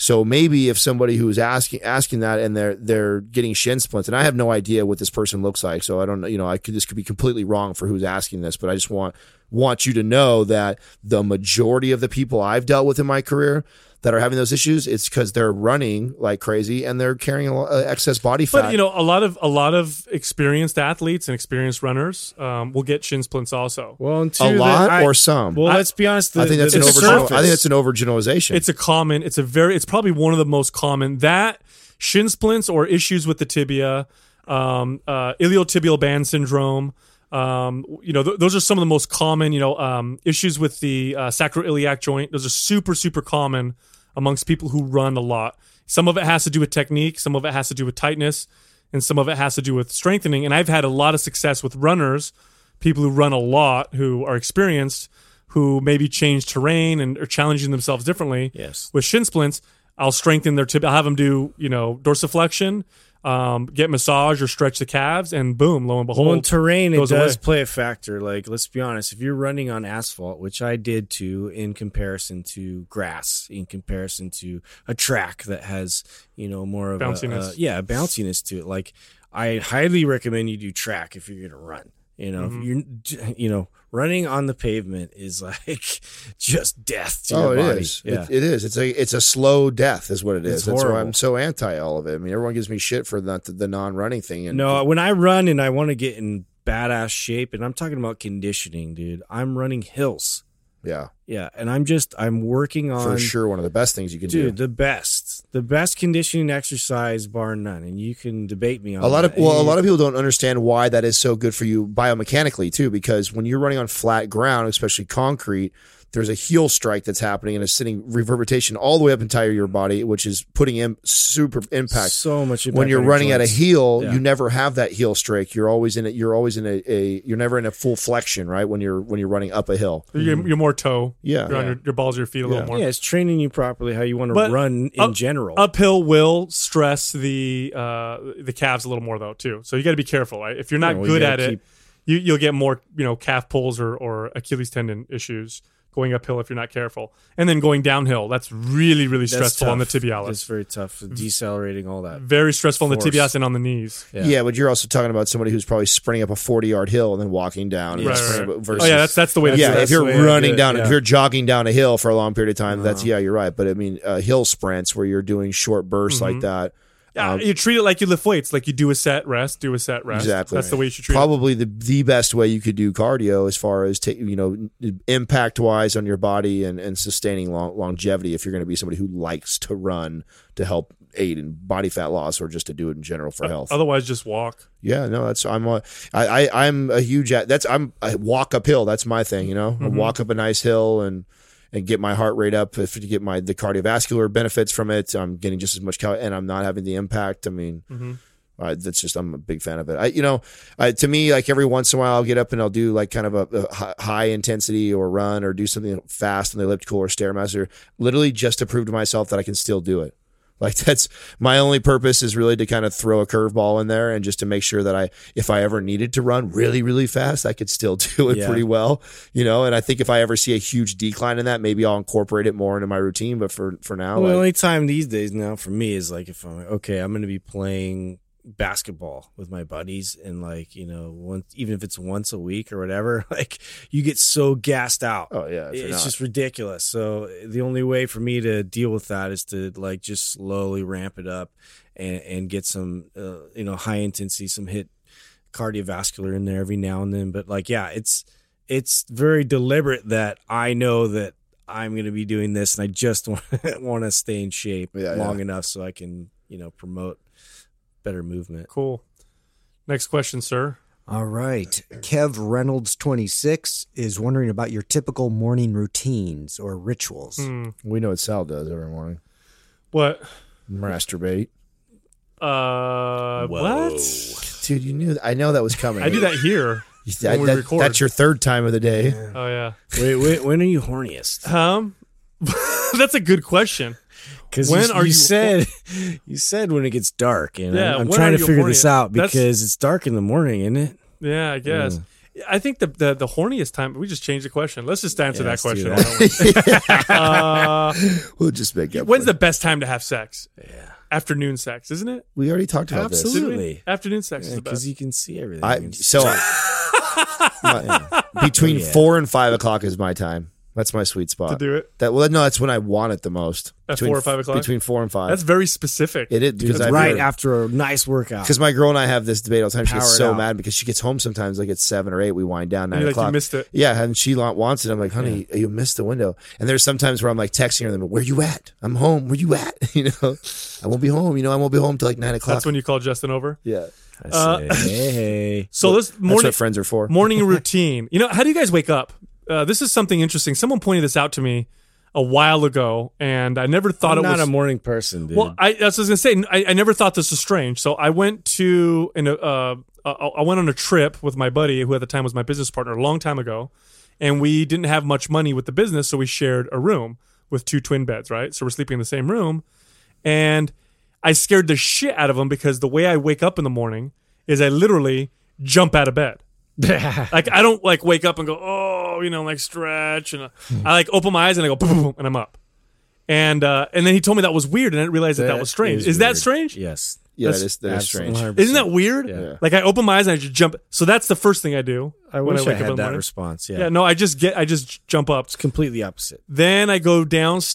S3: So maybe if somebody who is asking asking that and they're they're getting shin splints, and I have no idea what this person looks like, so I don't know. You know, I could this could be completely wrong for who's asking this, but I just want want you to know that the majority of the people I've dealt with in my career that are having those issues, it's because they're running like crazy and they're carrying a lo- uh, excess body fat.
S1: But you know, a lot of a lot of experienced athletes and experienced runners um, will get shin splints also.
S4: Well, and two,
S3: a
S4: that
S3: lot
S4: I-
S3: or some.
S4: Well, let's be honest. The,
S3: I think that's
S4: the
S3: an
S1: it's a
S3: overgeneral-
S4: surface-
S3: I think that's an overgeneralization.
S1: It's a common. It's a very. It's probably one of the most common that shin splints or issues with the tibia, um, uh, iliotibial band syndrome. Um, you know, th- those are some of the most common. You know, um, issues with the uh, sacroiliac joint. Those are super super common amongst people who run a lot. Some of it has to do with technique. Some of it has to do with tightness, and some of it has to do with strengthening. And I've had a lot of success with runners, people who run a lot, who are experienced, who maybe change terrain and are challenging themselves differently.
S4: Yes.
S1: With shin splints, I'll strengthen their tip. I'll have them do you know dorsiflexion, um, get massage or stretch the calves, and boom, lo and behold,
S4: Well, in terrain, it
S1: goes away.
S4: does play a factor. Like, let's be honest, if you're running on asphalt, which I did too, in comparison to grass, in comparison to a track that has, you know, more of a-
S1: Bounciness.
S4: a, yeah, a bounciness to it. Like, I highly recommend you do track if you're going to run. You know,
S1: Mm-hmm.
S4: if you're, you know, running on the pavement is like just death to
S3: oh,
S4: your
S3: it
S4: body.
S3: is.
S4: Yeah.
S3: It, it is. It's a it's a slow death, is what it is.
S4: It's
S3: that's why
S4: horrible.
S3: I'm so anti all of it. I mean, everyone gives me shit for the the non running thing. And
S4: No, when I run and I want to get in badass shape, and I'm talking about conditioning, dude, I'm running hills.
S3: yeah,
S4: Yeah, and I'm just I'm working on
S3: for sure, one of the best things you can
S4: dude
S3: do.
S4: the best, the best conditioning exercise bar none, and you can debate me on
S3: A lot of
S4: that.
S3: well, a lot of people don't understand why that is so good for you biomechanically too, because when you're running on flat ground, especially concrete. There's a heel strike that's happening and a sitting reverberation all the way up entire your body, which is putting in super impact.
S4: so much
S3: when
S4: impact
S3: you're
S4: on your
S3: running at a
S4: joints.
S3: heel,
S4: Yeah.
S3: you never have that heel strike. You're always in it. You're always in a, a. You're never in a full flexion, right? When you're when you're running up a hill.
S1: you're, you're more toe.
S3: Yeah.
S1: you're on
S3: Yeah.
S1: your, your balls, of your feet a little more.
S4: Yeah, it's training you properly how you want to
S1: But
S4: run in
S1: up-
S4: general.
S1: Uphill will stress the uh, the calves a little more though too. So you got to be careful. Right? If you're not
S4: Yeah, well, you
S1: good at
S4: gotta
S1: it, you you'll get more you know calf pulls or or Achilles tendon issues going uphill if you're not careful, and then going downhill. That's really really
S4: That's
S1: stressful on the
S4: tough.
S1: tibialis. Mm.
S4: It's very tough. Decelerating all that.
S1: Very stressful on the
S4: Force.
S1: tibialis and on the knees.
S3: Yeah. but you're also talking about somebody who's probably sprinting up a 40 yard hill and then walking down.
S1: Right,
S3: It's-
S1: right, right.
S3: Versus,
S1: oh yeah, that's that's the way. To
S3: yeah,
S1: do it.
S3: if
S4: that's
S3: you're
S4: the way I do
S3: running
S4: it,
S3: down, if
S4: yeah. Uh-huh.
S3: you're jogging down a hill for a long period of time, that's yeah, you're right. But I mean, uh, hill sprints where you're doing short bursts
S4: Mm-hmm.
S3: like that.
S1: Yeah, you treat it like you lift weights, like you do a set rest, do a set rest.
S3: Exactly.
S1: That's the way you should treat it.
S3: Probably the the best way you could do cardio as far as ta- you know impact wise on your body and and sustaining long, longevity if you're going to be somebody who likes to run to help aid in body fat loss or just to do it in general
S1: Uh,
S3: for health.
S1: Otherwise, just walk.
S3: Yeah, no, that's I'm a, I, I I'm a huge at that's I'm I walk uphill. That's my thing, you
S1: Mm-hmm.
S3: know. I walk up a nice hill and and get my heart rate up. If to get my the cardiovascular benefits from it, I'm getting just as much cal- and I'm not having the impact. I mean. I, that's just I'm a big fan of it. I, you know, I, to me, like every once in a while, I'll get up and I'll do like kind of a, a hi- high intensity or run or do something fast on the elliptical or stairmaster, literally just to prove to myself that I can still do it. Like that's my only purpose is really to kind of throw a curveball in there and just to make sure that I, if I ever needed to run really, really fast, I could still do it
S4: Yeah.
S3: pretty well, you know. And I think if I ever see a huge decline in that, maybe I'll incorporate it more into my routine. But for for now,
S4: Well, the
S3: like-
S4: only time these days now for me is like if I'm like, okay, I'm going to be playing basketball with my buddies, and like you know, once even if it's once a week or whatever, like you get so gassed out.
S3: oh yeah, if you're
S4: it's
S3: not-
S4: just ridiculous. So eh, the only way for me to deal with that is to like just slowly ramp it up and, and get some uh, you know high intensity, some hit cardiovascular in there every now and then. But like yeah, it's it's very deliberate that I know that I'm going to be doing this, and I just want want to stay in shape
S3: Yeah,
S4: long
S3: yeah.
S4: enough so I can you know promote better movement.
S1: Cool. Next question, sir.
S6: All right. Kev Reynolds, 26, is wondering about your typical morning routines or rituals.
S4: Hmm.
S3: We know what Sal does every morning.
S1: Hmm. What?
S3: Masturbate.
S1: Uh, what?
S3: Dude, you knew. I know that was coming.
S1: I do that here.
S3: I-
S1: when we
S3: that-
S1: record.
S3: That's your third time of the day.
S1: Oh yeah.
S4: Wait, wait, when are you horniest?
S1: Um, that's a good question.
S4: Because
S1: When
S4: you,
S1: are
S4: you
S1: you-
S4: said you said when it gets dark, and
S1: Yeah,
S4: I'm, I'm
S1: when
S4: trying
S1: are
S4: to
S1: you
S4: figure this
S1: horniest?
S4: out
S1: That's-
S4: because it's dark in the morning, isn't it?
S1: Yeah, I guess. I think the, the the horniest time. We just changed the question. Let's just answer
S4: Yeah,
S1: that
S4: let's do
S1: question. why don't we? uh,
S3: We'll just make up.
S1: when's
S3: for
S1: the
S3: it.
S1: best time to have sex? Yeah. Afternoon sex, isn't it?
S3: We already talked about this.
S4: Absolutely.
S1: Didn't we? Afternoon sex is the
S4: Because
S1: best.
S4: you can see everything.
S3: I so my- between
S4: Yeah.
S3: four and five o'clock is my time. That's my sweet spot.
S1: To do it?
S3: That well, no, that's when I want it the most.
S1: At
S3: between,
S1: four or five o'clock?
S3: Between four and five.
S1: That's very specific.
S3: it is because I
S4: right after a nice workout.
S3: Because my girl and I have this debate all the time. She
S4: Power
S3: gets
S4: it
S3: so
S4: out.
S3: mad because she gets home sometimes like at seven or eight. We wind down nine
S1: You're like, you
S3: o'clock.
S1: missed it.
S3: Yeah, and she lo- wants it. I'm like, honey, you missed the window. And there's sometimes where I'm like texting her, and I'm like, where you at? I'm home. Where you at? You know, I won't be home. You know, I won't be home till like nine o'clock.
S1: That's when you call Justin over.
S3: yeah,
S4: I
S1: Uh,
S4: say, hey, hey.
S1: So this
S3: that's
S1: morning
S3: what friends are for.
S1: morning routine. You know, how do you guys wake up? Uh, this is something interesting. Someone pointed this out to me a while ago, and I never thought
S4: I'm
S1: it
S4: not
S1: was
S4: a morning person, dude.
S1: Well, I, that's what I was gonna say. I, I never thought this was strange. So I went to an, uh, uh, I I went on a trip with my buddy, who at the time was my business partner, a long time ago, and we didn't have much money with the business, so we shared a room with two twin beds, right? So we're sleeping in the same room, and I scared the shit out of him because the way I wake up in the morning is I literally jump out of bed. like I don't like wake up and go, oh, you know, like stretch, and uh,
S4: Hmm.
S1: I like open my eyes and I go, boom, boom, boom, and I'm up. And uh, and then he told me that was weird, and I didn't realize that that, was strange. Is, that
S4: weird.
S1: strange?
S4: Yes.
S3: yeah,
S1: that's-
S3: that's, that is strange.
S4: 100%.
S1: Isn't that weird? Like I open my eyes and I just jump. So that's the first thing I do
S4: I
S1: when
S4: wish
S1: I
S4: I,
S1: wake up
S4: had
S1: in the
S4: that
S1: morning.
S4: response. Yeah.
S1: yeah, no, I just get, I just j- jump up.
S4: It's completely opposite.
S1: Then I go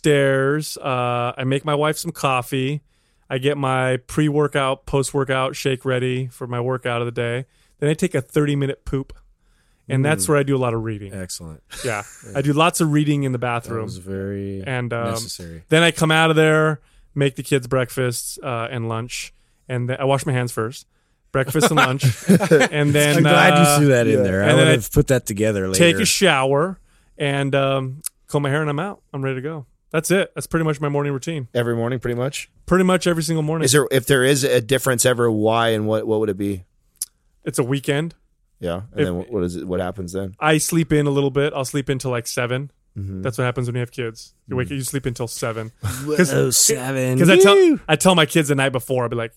S1: downstairs. Uh, I make my wife some coffee. I get my pre workout, post workout shake ready for my workout of the day. Then I take a 30 minute poop. And
S4: Mm.
S1: that's where I do a lot of reading.
S4: Excellent.
S1: Yeah. I do lots of reading in the
S4: That
S1: bathroom.
S4: was very
S1: and um,
S4: necessary.
S1: then I come out of there, make the kids breakfast uh, and lunch. And th- I wash my hands first. Breakfast and lunch. and then
S4: I'm glad
S1: uh,
S4: you threw that in there.
S1: And
S4: I
S1: then
S4: would
S1: I
S4: have put that together later.
S1: take a shower and um, comb my hair and I'm out. I'm ready to go. That's it. That's pretty much my morning routine.
S3: Every morning, pretty much.
S1: Pretty much every single morning.
S3: Is there if there is a difference ever? Why and what? What would it be?
S1: it's a weekend.
S3: Yeah, and
S1: If-
S3: then what- what is it? What happens then?
S1: I sleep in a little bit. I'll sleep until like 7
S3: Mm-hmm.
S1: That's what happens when you have kids. You
S3: Mm.
S1: wake up, you sleep until seven.
S4: oh seven.
S1: Because I tell I tell my kids the night before, I'll be like,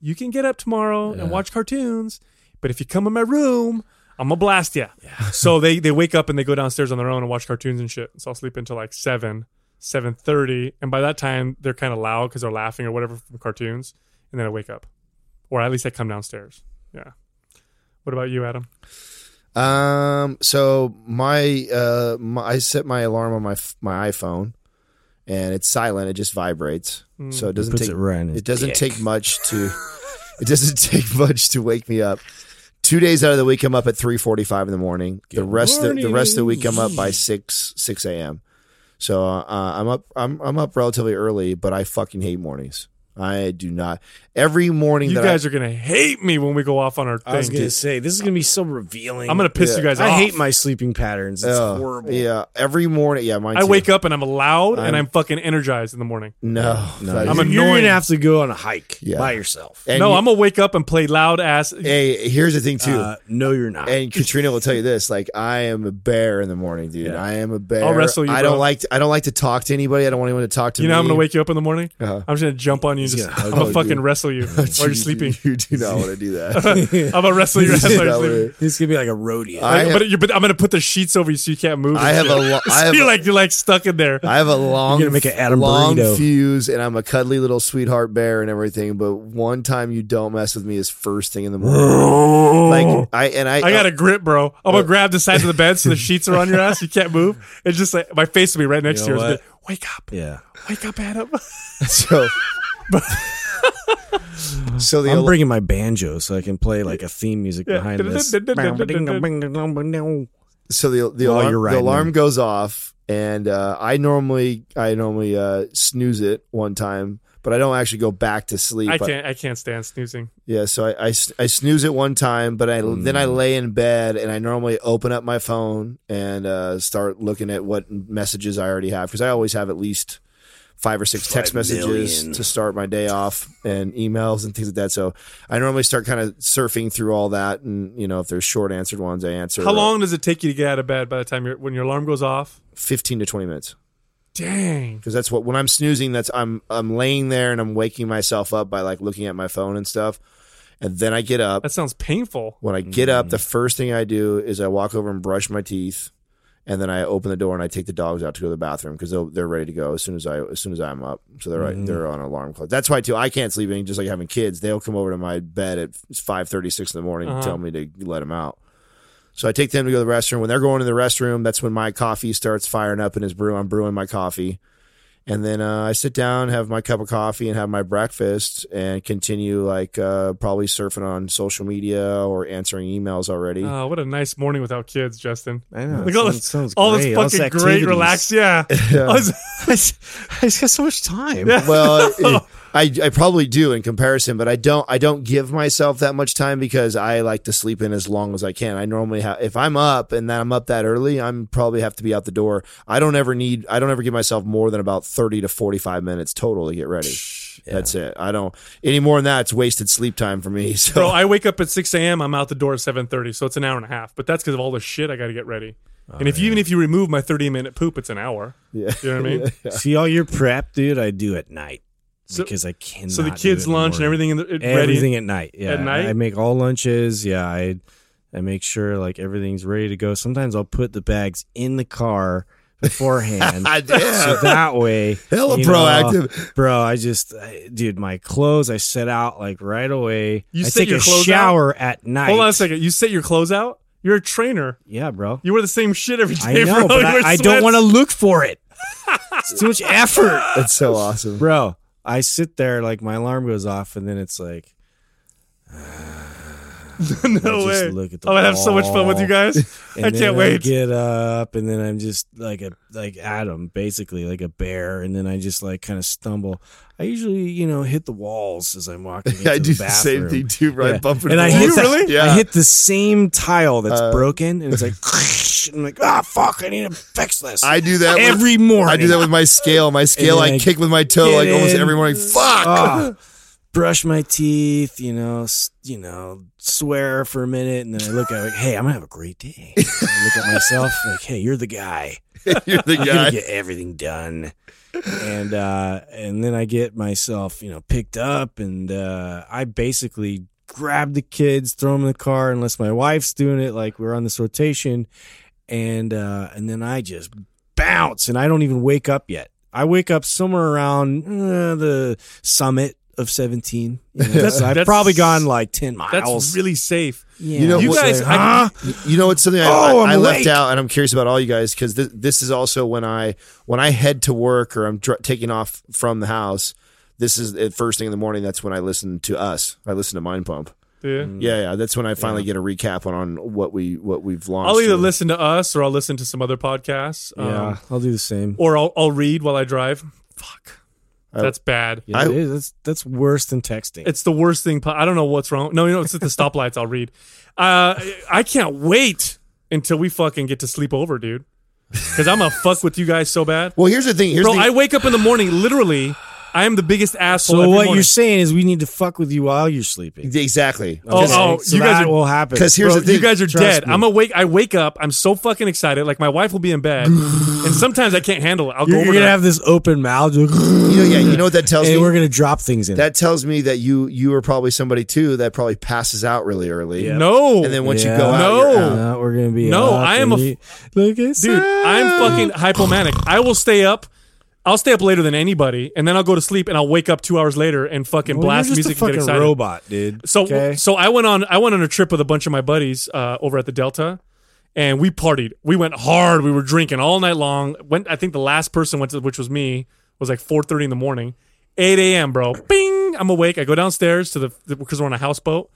S1: "You can get up tomorrow and watch cartoons, but if you come in my room, I'm gonna blast you." so they they wake up and they go downstairs on their own and watch cartoons and shit. So I'll sleep until like seven, seven thirty, and by that time they're kind of loud because they're laughing or whatever from cartoons, and then I wake up, or at least I come downstairs. Yeah. What about you, Adam?
S3: Um. So my uh, my, I set my alarm on my f- my iPhone, and it's silent. It just vibrates,
S1: Hmm.
S3: so it doesn't
S4: puts
S3: take
S4: it right in his
S3: it doesn't
S4: dick.
S3: take much to it doesn't take much to wake me up. Two days out of the week, I'm up at three forty five in the morning. the rest Of, the rest of the week, I'm up by six six a.m. So uh, I'm up I'm I'm up relatively early, but I fucking hate mornings. I do not every morning
S1: You
S3: that
S1: guys
S3: I,
S1: are gonna hate me when we go off on our
S4: I was
S1: thing.
S4: gonna say this is gonna be so revealing.
S1: I'm gonna piss you guys
S4: I
S1: off.
S4: hate my sleeping patterns. It's
S3: Oh,
S4: horrible.
S3: Yeah, every morning. Yeah, mine.
S1: I
S3: too.
S1: wake up and I'm loud and
S3: I'm-
S1: I'm fucking energized in the morning.
S3: No,
S4: No,
S1: I'm
S3: I'm
S4: you're,
S1: a-
S3: a,
S4: you're
S1: annoying.
S4: gonna have to go on a hike
S3: Yeah.
S4: by yourself.
S3: and
S1: no,
S3: you-
S1: I'm gonna wake up and play loud ass.
S3: Hey, here's the thing too.
S4: Uh, no, you're not.
S3: and Katrina will tell you this: like I am a bear in the morning, dude. I am a bear.
S1: I'll wrestle you,
S3: I don't
S1: bro.
S3: like. To, I don't like to talk to anybody. I don't want anyone to talk to
S1: You
S3: me.
S1: know, how I'm gonna wake you up in the morning.
S3: Uh-huh.
S1: I'm just gonna jump on you. And just,
S4: gonna hug
S1: I'm gonna
S3: you,
S1: fucking
S3: dude. Oh,
S1: wrestle you while you're sleeping.
S3: You, do not want to do that.
S1: I'm gonna wrestle your ass while you're
S3: That
S1: sleeping.
S3: way.
S4: It's gonna be like a rodeo.
S3: I have,
S1: but, you, but I'm gonna put the sheets over you so you can't move. and
S3: I have
S1: shit.
S3: a lo- I have
S1: you're
S3: a-
S1: like you're like stuck in there.
S3: I have a long,
S4: gonna make an Adam
S3: long
S4: burrito.
S3: fuse, and I'm a cuddly little sweetheart bear and everything. But one time you don't mess with me is first thing in the morning. like I and I,
S1: I got a grip, bro. I'm
S3: uh,
S1: gonna grab the sides of the bed so the sheets are on your ass. You can't move. It's just like my face will be right next
S4: You
S1: to
S4: know
S1: yours.
S4: what?
S1: Be like, Wake up,
S4: yeah,
S1: wake up, Adam.
S3: so. so the
S4: I'm
S3: al-
S4: bringing my banjo so I can play like a theme music behind this.
S3: so the the
S4: While
S3: alarm,
S4: you're
S3: the
S4: riding
S3: alarm
S4: them.
S3: goes off, and uh, I normally I normally uh, snooze it one time, but I don't actually go back to sleep.
S1: I can't. I can't stand snoozing.
S3: Yeah, so I, I, s- I snooze it one time, but I
S4: Hmm.
S3: then I lay in bed and I normally open up my phone and uh, start looking at what messages I already have because I always have at least five or six text messages to start my day off and emails and things like that. So I normally start kind of surfing through all that and you know if there's short answered ones I answer.
S1: How long does it take you to get out of bed by the time your when your alarm goes off?
S3: Fifteen to twenty minutes.
S1: Dang.
S3: because that's what when I'm snoozing, that's I'm I'm laying there and I'm waking myself up by like looking at my phone and stuff, and then I get up.
S1: That sounds painful.
S3: when I get up, the first thing I do is I walk over and brush my teeth, and then I open the door and I take the dogs out to go to the bathroom because they're, they're ready to go as soon as I as soon as I'm up. So they're right, they're on alarm clock. That's why too I can't sleep in just like having kids. They'll come over to my bed at five thirty six in the morning and tell me to let them out. So I take them to go to the restroom. When they're going to the restroom, that's when my coffee starts firing up and is brew. I'm brewing my coffee. And then uh, I sit down, have my cup of coffee, and have my breakfast, and continue like uh, probably surfing on social media or answering emails already.
S1: Uh, what a nice morning without kids, Justin.
S4: I know.
S1: Look
S4: it
S1: at all
S4: sounds-
S1: this,
S4: sounds
S1: all
S4: great,
S1: this
S4: all
S1: fucking
S4: this
S1: great,
S4: activities.
S1: relax. Yeah. I was-
S4: I just got so much time.
S3: well, it- I, I probably do in comparison, but I don't I don't give myself that much time because I like to sleep in as long as I can. I normally have if I'm up and then I'm up that early, I'm probably have to be out the door. I don't ever need I don't ever give myself more than about thirty to forty five minutes total to get ready. That's it. I don't any more than that. It's wasted sleep time for me. So
S1: Bro, I wake up at 6 a.m. I'm out the door at 7:30, so it's an hour and a half. But that's because of all the shit I got to get ready.
S4: Oh,
S1: and if you, even if you remove my 30 minute poop, it's an hour.
S3: Yeah.
S1: You know what I mean?
S4: See all your prep, dude. I do at night
S1: So-
S4: because I cannot.
S1: so the
S4: do it
S1: kids'
S4: in the
S1: lunch and
S4: morning.
S1: everything in the, it
S4: everything
S1: ready.
S4: at night. Yeah,
S1: At night?
S4: I make all lunches. Yeah, I I make sure like everything's ready to go. Sometimes I'll put the bags in the car beforehand. So that way,
S3: Hella
S4: you know,
S3: proactive.
S4: bro. I just, I- dude, my clothes I set out like right away.
S1: You
S4: I
S1: set
S4: take
S1: your
S4: a
S1: clothes
S4: shower at night.
S1: Hold on a second. You set your clothes out. You're a trainer.
S4: Yeah, bro.
S1: You wear the same shit every
S4: I
S1: day.
S4: know,
S1: bro.
S4: but
S1: You wear
S4: I, I don't
S1: sweats.
S4: want to look for it. It's too much effort.
S3: That's so awesome.
S4: bro i sit there like my alarm goes off and then it's like
S1: no
S4: I just
S1: way.
S4: look at the
S1: I'm gonna have so much fun with you guys.
S4: and
S1: I
S4: then
S1: can't wait.
S4: get up and then i'm just like a like adam basically like a bear and then i just like kind of stumble i usually you know hit the walls as i'm walking into
S3: I do the
S4: bathroom.
S3: same thing too, right?
S4: Yeah.
S3: Bumping
S4: and I
S3: into
S4: hit,
S3: walls.
S4: the,
S3: Yeah.
S4: I hit the same tile that's
S3: Uh,
S4: broken, and it's like, and I'm like, ah, fuck, I need to fix this.
S3: I do that with-
S4: every morning.
S3: I do that with my scale. My scale,
S4: then
S3: I,
S4: I
S3: kick with my toe like
S4: get
S3: almost
S4: in.
S3: every morning. Fuck.
S4: Ah, brush my teeth, you know, s- you know, swear for a minute, and then I look at it like, hey, I'm gonna have a great day. And I look at myself like, hey, you're the guy.
S3: You're the
S4: I'm
S3: guy.
S4: gonna get everything done. And uh, and then I get myself, you know, picked up, and uh, I basically grab the kids, throw them in the car, unless my wife's doing it. Like we're on this rotation, and uh, and then I just bounce, and I don't even wake up yet. I wake up somewhere around uh, the summit of seventeen. you know, so I've
S1: that's-
S4: probably gone like ten miles.
S1: That's really safe.
S4: yeah.
S3: You know
S1: You
S3: what-
S1: guys,
S4: Huh?
S1: I,
S3: You know, it's something I,
S4: Oh,
S3: I, I
S4: I'm
S3: left
S4: awake.
S3: out, and I'm curious about all you guys because this, this is also when I when I head to work or I'm dr- taking off from the house. This is at first thing in the morning. That's when I listen to us. I listen to Mind Pump.
S1: yeah.
S4: Mm.
S3: Yeah, yeah. That's when I finally get a recap on, on what we what we've launched.
S1: I'll either
S3: and-
S1: listen to us or I'll listen to some other podcasts. um,
S4: Yeah, I'll do the same.
S1: or I'll, I'll read while I drive. Fuck.
S3: I-
S1: That's bad.
S4: Uh, Yeah,
S3: I-
S4: it is. That's that's worse than texting.
S1: It's the worst thing. po- I don't know what's wrong. No, you know, it's at the stoplights. I'll read. Uh, I can't wait until we fucking get to sleep over, dude. Because I'm going to fuck with you guys so bad.
S3: Well, here's the thing. Here's
S1: Bro,
S3: the
S1: I wake up in the morning, literally, I am the biggest asshole.
S4: So
S1: every
S4: what
S1: morning.
S4: you're saying is we need to fuck with you while you're sleeping.
S3: exactly.
S1: Oh, oh,
S4: so
S1: you guys
S4: that
S1: are-
S4: will happen.
S3: 'Cause here's
S1: Bro,
S3: the thing.
S1: you guys are
S4: Trust
S1: dead.
S4: me.
S1: I'm awake. I wake up. I'm so fucking excited. Like my wife will be in bed, and sometimes I can't handle it. I'll
S4: you're,
S1: go
S4: you're
S1: over
S4: gonna
S1: to
S4: have this open mouth, you know,
S3: You know, yeah, you know what that tells
S4: and
S3: me.
S4: we're gonna drop things in. it.
S3: that tells me that you you are probably somebody too that probably passes out really early.
S1: no.
S3: And then once you
S4: Yeah.
S3: go out, you're
S1: No.
S3: out.
S4: No, we're gonna be
S1: No,
S4: up
S1: I am
S4: and
S1: a
S4: you- look at
S1: dude, I'm fucking hypomanic. I will stay up. I'll stay up later than anybody, and then I'll go to sleep, and I'll wake up two hours later and fucking blast
S4: you're just
S1: music
S4: a
S1: and get
S4: fucking
S1: excited.
S4: robot, dude.
S1: So,
S4: okay?
S1: so I went on. I went on a trip with a bunch of my buddies uh, over at the Delta, and we partied. We went hard. We were drinking all night long. Went. I think the last person went to, which was me, was like 4:30 in the morning, 8 a.m. Bro, bing. I'm awake. I go downstairs to the because we're on a houseboat.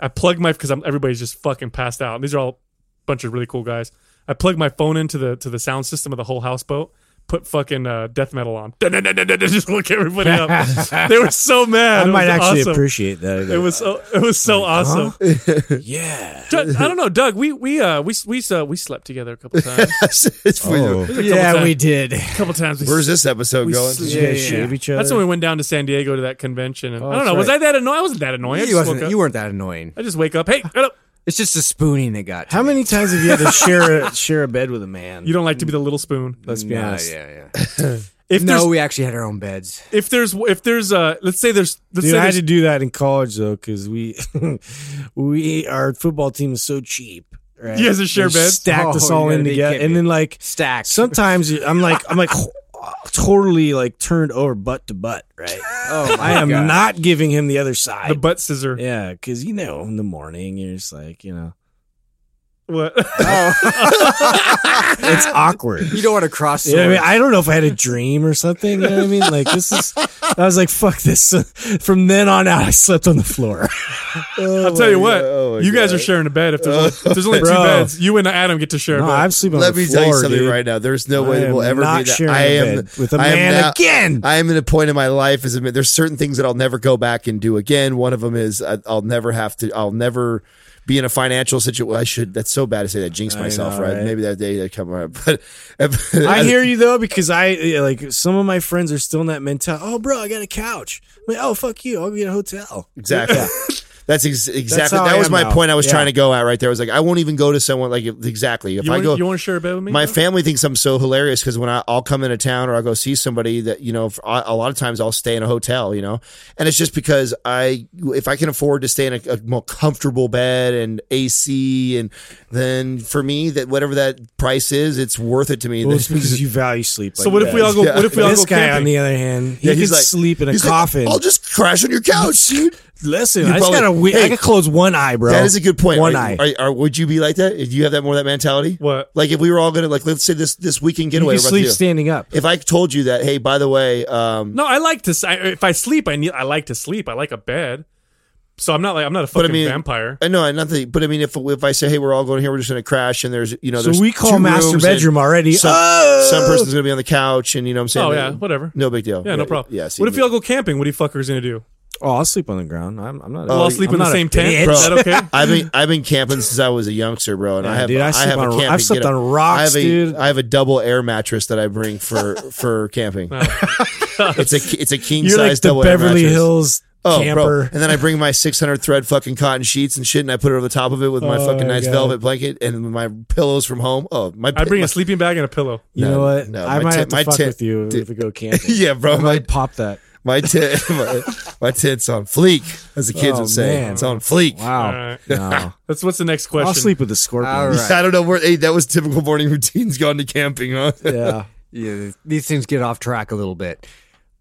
S1: I plug my because everybody's just fucking passed out. These are all bunch of really cool guys. I plug my phone into the to the sound system of the whole houseboat. put fucking uh, death metal on. Just look everybody up. they were so mad.
S4: I
S1: It
S4: might
S1: was
S4: actually
S1: awesome.
S4: appreciate that.
S1: It was so it was so awesome.
S4: yeah.
S1: Doug, I don't know, Doug. We we uh we we uh, we slept together a couple times.
S4: Oh.
S1: times.
S4: Yeah, we did.
S1: A couple times. We
S3: Where's this episode
S1: we
S3: going?
S1: sleep-
S4: Did you
S1: Yeah,
S4: guys
S1: yeah,
S4: shave
S1: yeah.
S4: each other?
S1: That's when we went down to San Diego to that convention, and
S4: Oh,
S1: I don't know.
S4: that's
S1: Was I
S4: right.
S1: that annoyed? I wasn't that annoyed. I
S6: You,
S1: just woke
S6: wasn't,
S1: up.
S6: you weren't that annoying.
S1: I just wake up. Hey, get up.
S6: It's just the spooning that got. to
S4: How
S6: me.
S4: many times have you had to share a, share a bed with a man?
S1: you don't like to be the little spoon.
S4: Let's be
S6: Yeah,
S4: honest.
S6: yeah, yeah.
S1: If
S6: no,
S1: there's
S6: we actually had our own beds.
S1: if there's if there's uh let's say there's let's
S4: Dude,
S1: say
S4: I had
S1: there's,
S4: to do that in college though, because we we our football team is so cheap. Right?
S1: You guys are share
S4: They
S1: beds?
S4: stacked
S6: Oh,
S4: us
S6: you
S4: all
S6: gotta
S4: in
S6: be
S4: together,
S6: kidding
S4: and
S6: me.
S4: then like
S6: Stacked.
S4: sometimes I'm like I'm like totally like turned over butt to butt, right?
S6: oh, my
S4: I am
S6: God.
S4: not giving him the other side.
S1: the butt scissor.
S4: yeah, because you know in the morning you're just like you know
S1: What?
S4: it's awkward.
S6: You don't want to cross.
S4: You know what I mean?
S6: swords.
S4: I don't know if I had a dream or something. You know what I mean? Like this is, I was like, fuck this. From then on out, I slept on the floor.
S1: I'll tell you what.
S3: oh my
S1: you guys
S3: God. Oh.
S1: are sharing a bed. If there's only, if there's only two
S4: Bro.
S1: beds, you and Adam get to share
S4: No,
S1: a bed.
S4: I'm sleeping
S3: Let
S4: on the
S3: me
S4: floor.
S3: tell you something
S4: dude.
S3: right now. There's no
S4: I
S3: way
S4: am
S3: we'll ever
S4: not
S3: be that.
S4: sharing
S3: I
S4: a
S3: am
S4: bed with a
S3: I am
S4: man
S3: now-
S4: again.
S3: I am in a point in my life as a man. There's certain things that I'll never go back and do again. One of them is I, I'll never have to. I'll never be in a financial situation. I should. That's so bad to say that. Jinx
S4: I
S3: myself,
S4: know,
S3: right?
S4: right?
S3: Maybe that day they come around. But
S4: I hear you though because I yeah, like some of my friends are still in that mentality. Oh, bro, I got a couch. I'm like, oh, fuck you. I'll get a hotel.
S3: Exactly. That's ex- exactly.
S4: how
S3: that
S4: I
S3: was
S4: am
S3: my
S4: now.
S3: point. I was
S4: Yeah.
S3: trying to go at right there. I was like, I won't even go to someone like if- exactly. If
S1: you
S3: I
S1: want
S3: go,
S1: you want to share a bed with me?
S3: my
S1: Doug?
S3: family thinks I'm so hilarious because when I, I'll come into town or I'll go see somebody that you know, for, a a lot of times I'll stay in a hotel, you know, and it's just because I, if I can afford to stay in a, a more comfortable bed and AC, and then for me that whatever that price is, it's worth it to me.
S4: Well, it's because you value sleep.
S1: So
S4: like
S1: what if we
S4: that.
S1: all go?
S3: Yeah.
S1: What if we all
S4: This
S1: go
S4: guy, on
S1: camping?
S4: the other hand, he
S3: Yeah,
S4: can
S3: he's like-
S4: sleep in a
S3: He's like,
S4: coffin.
S3: I'll just crash on your couch, dude.
S4: Listen,
S3: You
S4: I just
S3: probably-
S4: gotta. We-
S3: Hey,
S4: I can close one eye, bro.
S3: That is a good point.
S4: One
S3: are,
S4: eye.
S3: Are, are, would you be like that? If you have that more that mentality?
S1: What?
S3: Like if we were all gonna like let's say this this weekend
S4: you
S3: getaway.
S4: can
S3: we're about to
S4: sleep
S3: do.
S4: standing up.
S3: if I told you that, hey, by the way, um,
S1: No, I like to. s- I- If I sleep, I need. I like to sleep. I like a bed. So I'm not like I'm not a
S3: But I
S1: fucking
S3: mean-
S1: vampire.
S3: I know nothing, but I mean, if if I say, hey, we're all going here, we're just gonna crash, and there's you know,
S4: so
S3: there's
S4: we call
S3: two
S4: master
S3: rooms
S4: bedroom
S3: and
S4: already.
S3: Some,
S4: oh!
S3: some person's gonna be on the couch, and you know, what I'm saying,
S1: Oh yeah, whatever.
S3: no big deal.
S1: Yeah, no problem.
S3: Yeah. see,
S1: what if y'all go camping? What do you fuckers gonna do?
S4: Oh, I'll sleep on the ground. I'm, I'm not.
S3: Oh, Uh,
S1: We'll all sleep in the same tent.
S3: Bro.
S1: Is that okay?
S3: I've been I've been camping since I was a youngster, bro, and
S4: Yeah,
S3: I have
S4: dude, I
S3: I,
S4: sleep
S3: have
S4: on-
S3: a
S4: I've
S3: camping.
S4: slept
S3: getup.
S4: on rocks,
S3: I have a,
S4: dude.
S3: I have a double air mattress that I bring for for camping. it's a it's a king
S4: You're like
S3: size
S4: the
S3: double
S4: Beverly
S3: air mattress.
S4: Hills
S3: Oh,
S4: camper.
S3: bro! And then I bring my 600 thread fucking cotton sheets and shit, and I put it over the top of it with my
S4: Oh,
S3: fucking
S4: my
S3: nice
S4: God.
S3: velvet blanket and my pillows from home. Oh, my!
S1: I bring
S3: my,
S1: a sleeping bag and a pillow.
S4: You
S3: No,
S4: know what?
S3: no,
S4: I
S3: my
S4: might
S3: tent-
S4: have to
S3: my
S4: fuck
S3: tent-
S4: with you
S3: dude.
S4: if we go camping.
S3: yeah, bro.
S4: I
S3: My
S4: might pop that.
S3: my, tent, my my tent's on fleek, as the kids
S4: Oh,
S3: would say.
S4: man.
S3: It's on fleek.
S1: All
S4: Wow.
S1: right.
S4: No.
S1: That's what's the next question.
S4: I'll sleep with the scorpion.
S6: All right.
S3: I don't know where. Hey, that was typical morning routines gone to camping, huh?
S4: Yeah.
S6: Yeah, these things get off track a little bit.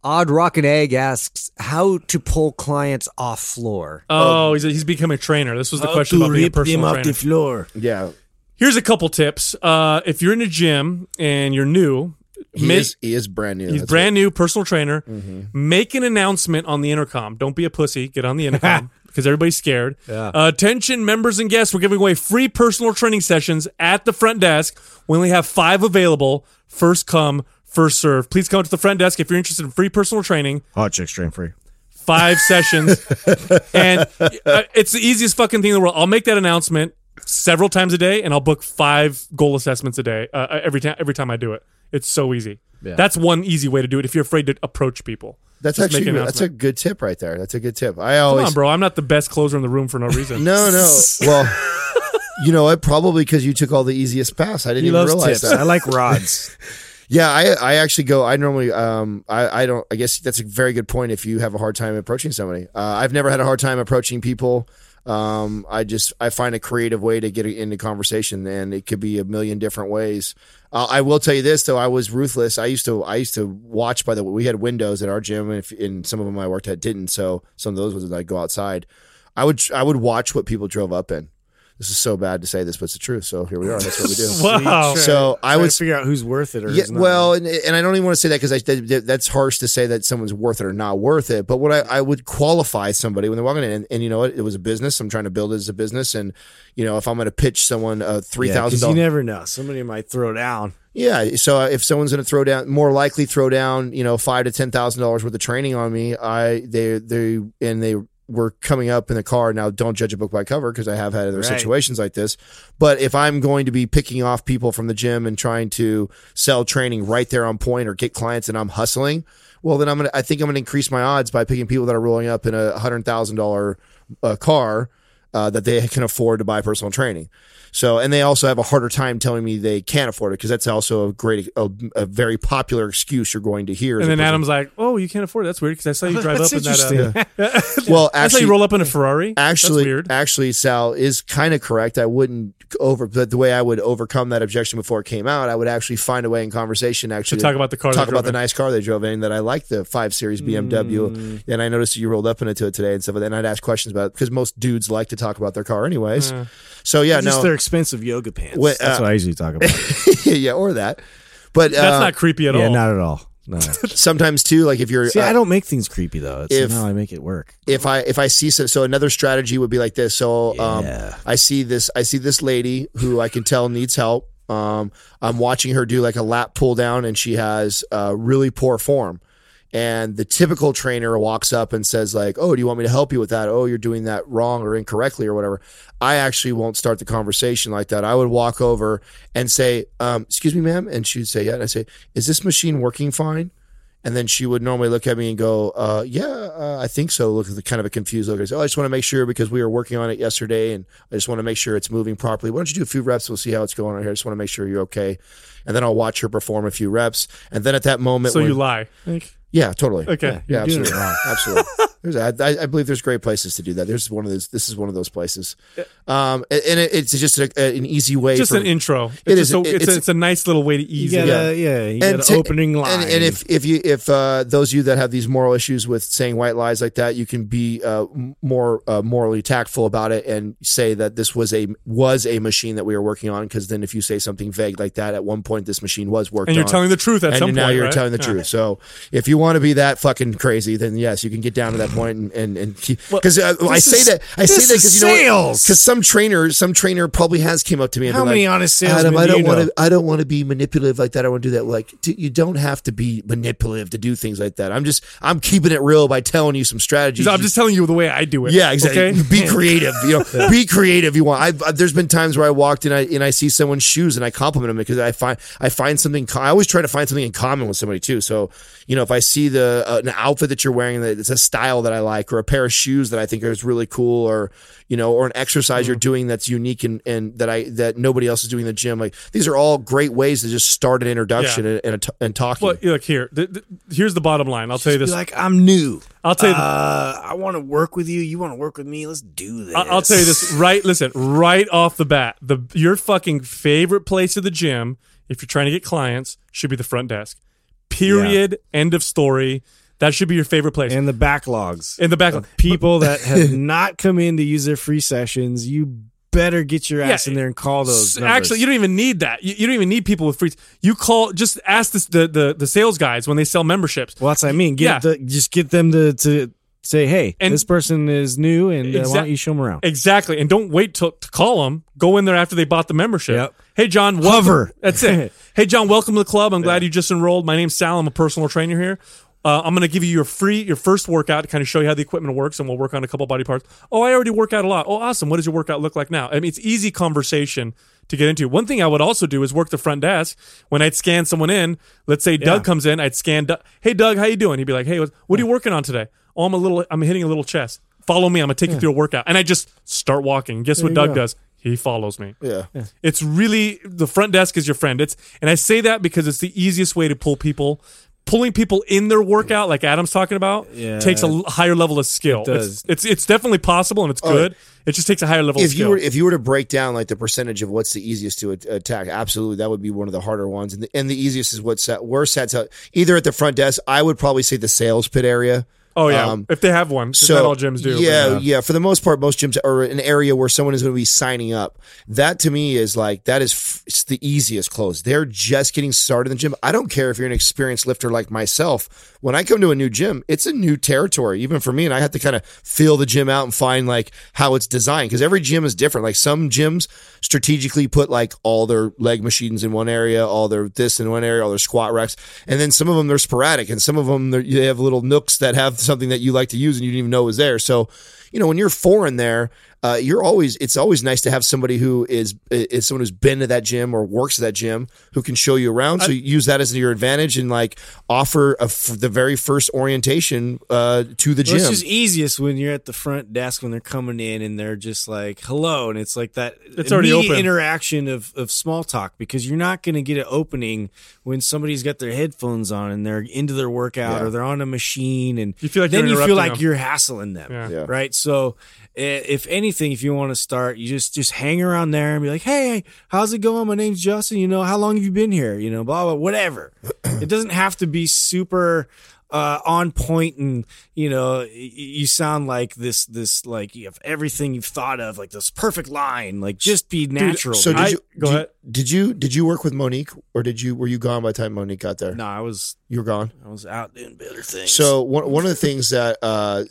S6: Odd Rock and Egg asks how to pull clients off floor.
S3: um,
S1: Oh, he's, he's become a trainer. This was the question about being a personal trainer.
S4: floor.
S3: Yeah,
S1: Here's a couple tips. Uh, if you're in a gym and you're new,
S3: he
S1: make-
S3: is. He is brand new.
S1: he's
S3: That's Mm-hmm.
S1: brand new personal trainer. Make an announcement on the intercom. Don't be a pussy. Get on the intercom because everybody's scared. Uh, attention, members and guests. We're giving away free personal training sessions at the front desk. We only have five available. First come, first serve. Please come to the front desk if you're interested in free personal training
S4: Hot Oh, chicks train free.
S1: five sessions, and uh, it's the easiest fucking thing in the world. I'll make that announcement several times a day, and I'll book five goal assessments a day uh, every time. Every time I do it, it's so easy. That's one easy way to do it if you're afraid to approach people.
S3: That's
S1: Just
S3: actually
S1: make an
S3: that's a
S1: announcement.
S3: good tip right there. That's a good tip. I
S1: Come
S3: always
S1: on, bro. I'm not the best closer in the room for no reason.
S3: no no. Well, you know what? Probably because you took all the easiest pass. I didn't
S4: He
S3: even
S4: loves
S3: realize
S4: tips.
S3: that.
S4: I like rods.
S3: Yeah, I I actually go. I normally um I I don't. I guess that's a very good point. If you have a hard time approaching somebody, uh, I've never had a hard time approaching people. Um, I just I find a creative way to get into conversation, and it could be a million different ways. Uh, I will tell you this though, I was ruthless. I used to I used to watch by the way we had windows at our gym, and, if, and some of them I worked at didn't. So some of those was I go outside. I would I would watch what people drove up in. This is so bad to say this, but it's the truth. So here we are. That's what we do.
S1: Wow.
S3: So I would
S4: to figure out who's worth it or
S3: Yeah,
S4: who's not.
S3: well, and, and I don't even want to say that because that, that's harsh to say that someone's worth it or not worth it. But what I, I would qualify somebody when they're walking in, and, and you know, it, it was a business. I'm trying to build it as a business, and you know, if I'm going to pitch someone a three
S4: Yeah, 'cause
S3: thousand
S4: You
S3: dollars,
S4: never know. Somebody might throw down.
S3: yeah. So if someone's going to throw down, more likely throw down, you know, five to ten thousand dollars worth of training on me. I they they and they were coming up in the car. Now, don't judge a book by cover because I have had other
S4: Right.
S3: situations like this. But if I'm going to be picking off people from the gym and trying to sell training right there on point or get clients and I'm hustling, well, then I'm gonna. I think I'm gonna increase my odds by picking people that are rolling up in a hundred thousand dollar uh, car uh, that they can afford to buy personal training. So, and they also have a harder time telling me they can't afford it because that's also a great, a, a very popular excuse you're going to hear. as
S1: And
S3: a
S1: then
S3: person.
S1: Adam's like, "Oh, you can't afford it. That's weird because I saw you drive
S4: That's
S1: up in that. Uh,
S3: well,
S1: that's how
S3: actually,
S1: you roll up in a Ferrari.
S3: actually, uh,
S1: that's weird.
S3: actually, Sal is kind of correct. I wouldn't over, but the way I would overcome that objection before it came out, I would actually find a way in conversation actually
S1: talk about the car they
S3: talk about
S1: drove
S3: the
S1: in.
S3: nice car they drove in that I like the five series BMW,
S1: Mm.
S3: and I noticed you rolled up into it today and stuff. And I'd ask questions about it because most dudes like to talk about their car anyways. So yeah,
S4: Just
S3: no,
S4: their expensive yoga pants.
S3: Wait,
S4: That's
S3: uh,
S4: what I usually talk about.
S3: yeah, or that. But
S1: That's
S3: uh,
S1: not creepy at
S4: yeah,
S1: all.
S4: not at all. No.
S3: sometimes too, like if you're
S4: See,
S3: uh,
S4: I don't make things creepy though. It's
S3: if-
S4: how I make it work.
S3: if I if I see so, so another strategy would be like this. So
S4: Yeah.
S3: um, I see this I see this lady who I can tell needs help. Um, I'm watching her do like a lap pull down, and she has uh, really poor form. And the typical trainer walks up and says like, "Oh, do you want me to help you with that? Oh, you're doing that wrong or incorrectly or whatever." I actually won't start the conversation like that. I would walk over and say, um, "Excuse me, ma'am," and she'd say, "Yeah." And I say, "Is this machine working fine?" And then she would normally look at me and go, uh, "Yeah, uh, I think so." Look at the kind of a confused look. I say, "Oh, I just want to make sure because we were working on it yesterday, and I just want to make sure it's moving properly. Why don't you do a few reps? We'll see how it's going on here. I just want to make sure you're okay." And then I'll watch her perform a few reps, and then at that moment,
S1: so
S3: when-
S1: you lie.
S3: yeah, totally,
S1: Okay.
S3: yeah,
S4: You're doing
S3: absolutely,
S4: it wrong.
S3: absolutely. There's, I, I- I believe there's great places to do that. There's one of those. This is one of those places, um, and and it, it's just a, a- an easy way.
S1: Just
S3: for-
S1: an intro. It's
S3: It
S1: just
S3: is-
S1: a,
S3: it-
S1: it's,
S3: it's-
S1: a, it's a nice little way to
S4: You
S1: ease
S4: got
S1: it.
S3: gotta- Yeah.
S4: a, yeah, you got
S3: to-
S4: an opening line.
S3: And, and if if you if uh, those of you that have these moral issues with saying white lies like that, you can be uh, m- more uh, morally tactful about it and say that this was a was a machine that we were working on. Because then, if you say something vague like that, at one point this machine was worked
S1: And you're
S3: on.
S1: telling the truth at
S3: and
S1: some
S3: now
S1: point,
S3: you're
S1: right?
S3: telling the
S1: Yeah.
S3: truth. So if you want to be that fucking crazy, then yes, you can get down to that point and and and because uh, I
S4: this
S3: say
S4: is-
S3: that I say
S4: this
S3: that
S4: is
S3: because you know
S4: sales.
S3: because some trainer some trainer probably has came up to me and
S4: How
S3: been
S4: many
S3: like,
S4: honest
S3: Adam,
S4: salesmen
S3: I
S4: do
S3: don't
S4: you
S3: want
S4: know?"
S3: to I don't want to be manipulative like that. I want to do that. Like d- you don't have to be manipulative to do things like that. I'm just I'm keeping it real by telling you some strategies.
S1: So I'm just telling you the way I do it.
S3: Yeah, exactly.
S1: okay?
S3: Be creative. You know, be creative. You want. I've, i there's been times where I walked and I and I see someone's shoes and I compliment them because I find I find something. co- I always try to find something in common with somebody too. So you know, if I see the uh, an outfit that you're wearing that it's a style that I like, or a pair of shoes that I think is really cool, or you know, or an exercise
S1: Mm-hmm.
S3: you're doing that's unique and and that I that nobody else is doing in the gym. Like these are all great ways to just start an introduction
S1: Yeah.
S3: and and, a t- and talking.
S1: Well, look here. Th- th- here's the bottom line. I'll tell you
S4: Be
S1: this.
S4: like, I'm new.
S1: I'll tell you. The,
S4: Uh, I want to work with you. You want to work with me? Let's do this.
S1: I- I'll tell you this right. Listen, right off the bat, the your fucking favorite place of the gym, if you're trying to get clients, should be the front desk. Period. End of story. That should be your favorite place.
S4: And the backlogs.
S1: in the back,
S4: People that have not come in to use their free sessions, you better get your ass
S1: Yeah,
S4: in there and call
S1: S-
S4: those. numbers.
S1: Actually, you don't even need that. You, you don't even need people with free. You call. Just ask this, the the the sales guys when they sell memberships.
S4: Well, that's what I mean. Get
S1: Yeah.
S4: the, just get them to, to say, hey,
S1: And-
S4: this person is new, and uh, why
S1: Exac-
S4: don't you show them around?
S1: Exactly, and don't wait to, to call them. Go in there after they bought the membership.
S4: Yep.
S1: Hey, John. Welcome.
S4: Hover.
S1: That's it. hey, John. Welcome to the club. I'm glad you just enrolled. My name's Sal. I'm a personal trainer here. Uh, I'm going to give you your free your first workout to kind of show you how the equipment works, and we'll work on a couple body parts. Oh, I already work out a lot. Oh, awesome. What does your workout look like now? I mean, it's easy conversation to get into. One thing I would also do is work the front desk when I'd scan someone in. Let's say Doug comes in, I'd scan. Doug, hey, Doug, how you doing? He'd be like, Hey, what, what are you working on today? Oh, I'm a little. I'm hitting a little chest. Follow me. I'm gonna take you through a workout, and I just start walking. Guess what Doug does? He follows me.
S3: yeah.
S1: It's really the front desk is your friend. It's and I say that because it's the easiest way to pull people. Pulling people in their workout, like Adam's talking about,
S4: Yeah.
S1: takes a l- higher level of skill.
S4: does.
S1: It's, it's it's definitely possible and it's good. It just takes a higher level of
S3: Oh, if
S1: skill.
S3: you were if you were to break down like the percentage of what's the easiest to at- attack, absolutely that would be one of the harder ones, and the, and the easiest is what's at, worst at either at the front desk. I would probably say the sales pit area.
S1: Oh yeah,
S3: Um,
S1: if they have one, 'cause not all gyms do. but
S3: Yeah, yeah, For the most part, most gyms are an area where someone is going to be signing up. That to me is like that is f- it's the easiest close. They're just getting started in the gym. I don't care if you're an experienced lifter like myself. When I come to a new gym, it's a new territory even for me, and I have to kind of feel the gym out and find like how it's designed because every gym is different. Like some gyms strategically put like all their leg machines in one area, all their this in one area, all their squat racks, and then some of them they're sporadic, and some of them they're- they have little nooks that have something that you like to use and you didn't even know was there. So, you know, when you're foreign there, uh, you're always it's always nice to have somebody who is is someone who's been to that gym or works at that gym who can show you around.
S1: Uh,
S3: So you use that as your advantage and like offer a f- the very first orientation uh, to the
S4: Well,
S3: gym.
S4: it's just easiest when you're at the front desk when they're coming in and they're just like hello and it's like that
S1: It's already
S4: immediate
S1: open.
S4: interaction of, of small talk because you're not going to get an opening when somebody's got their headphones on and they're into their workout or they're on a machine and
S1: You feel like
S4: then
S1: you're
S4: you
S1: interrupting
S4: feel like
S1: them.
S4: you're hassling them
S1: Yeah.
S3: Yeah.
S4: right so i- if anything if you want to start you just just hang around there and be like hey how's it going my name's justin you know how long have you been here you know blah blah whatever it doesn't have to be super uh, on point and you know y- y- you sound like this this like you have everything you've thought of like this perfect line like just be natural
S3: so did
S1: I-
S3: you
S1: go
S3: did,
S1: ahead.
S3: did you did you work with Monique or did you were you gone by the time Monique got there?
S4: no i was
S3: You were gone.
S4: i was out doing better things
S3: So one one of the things that uh,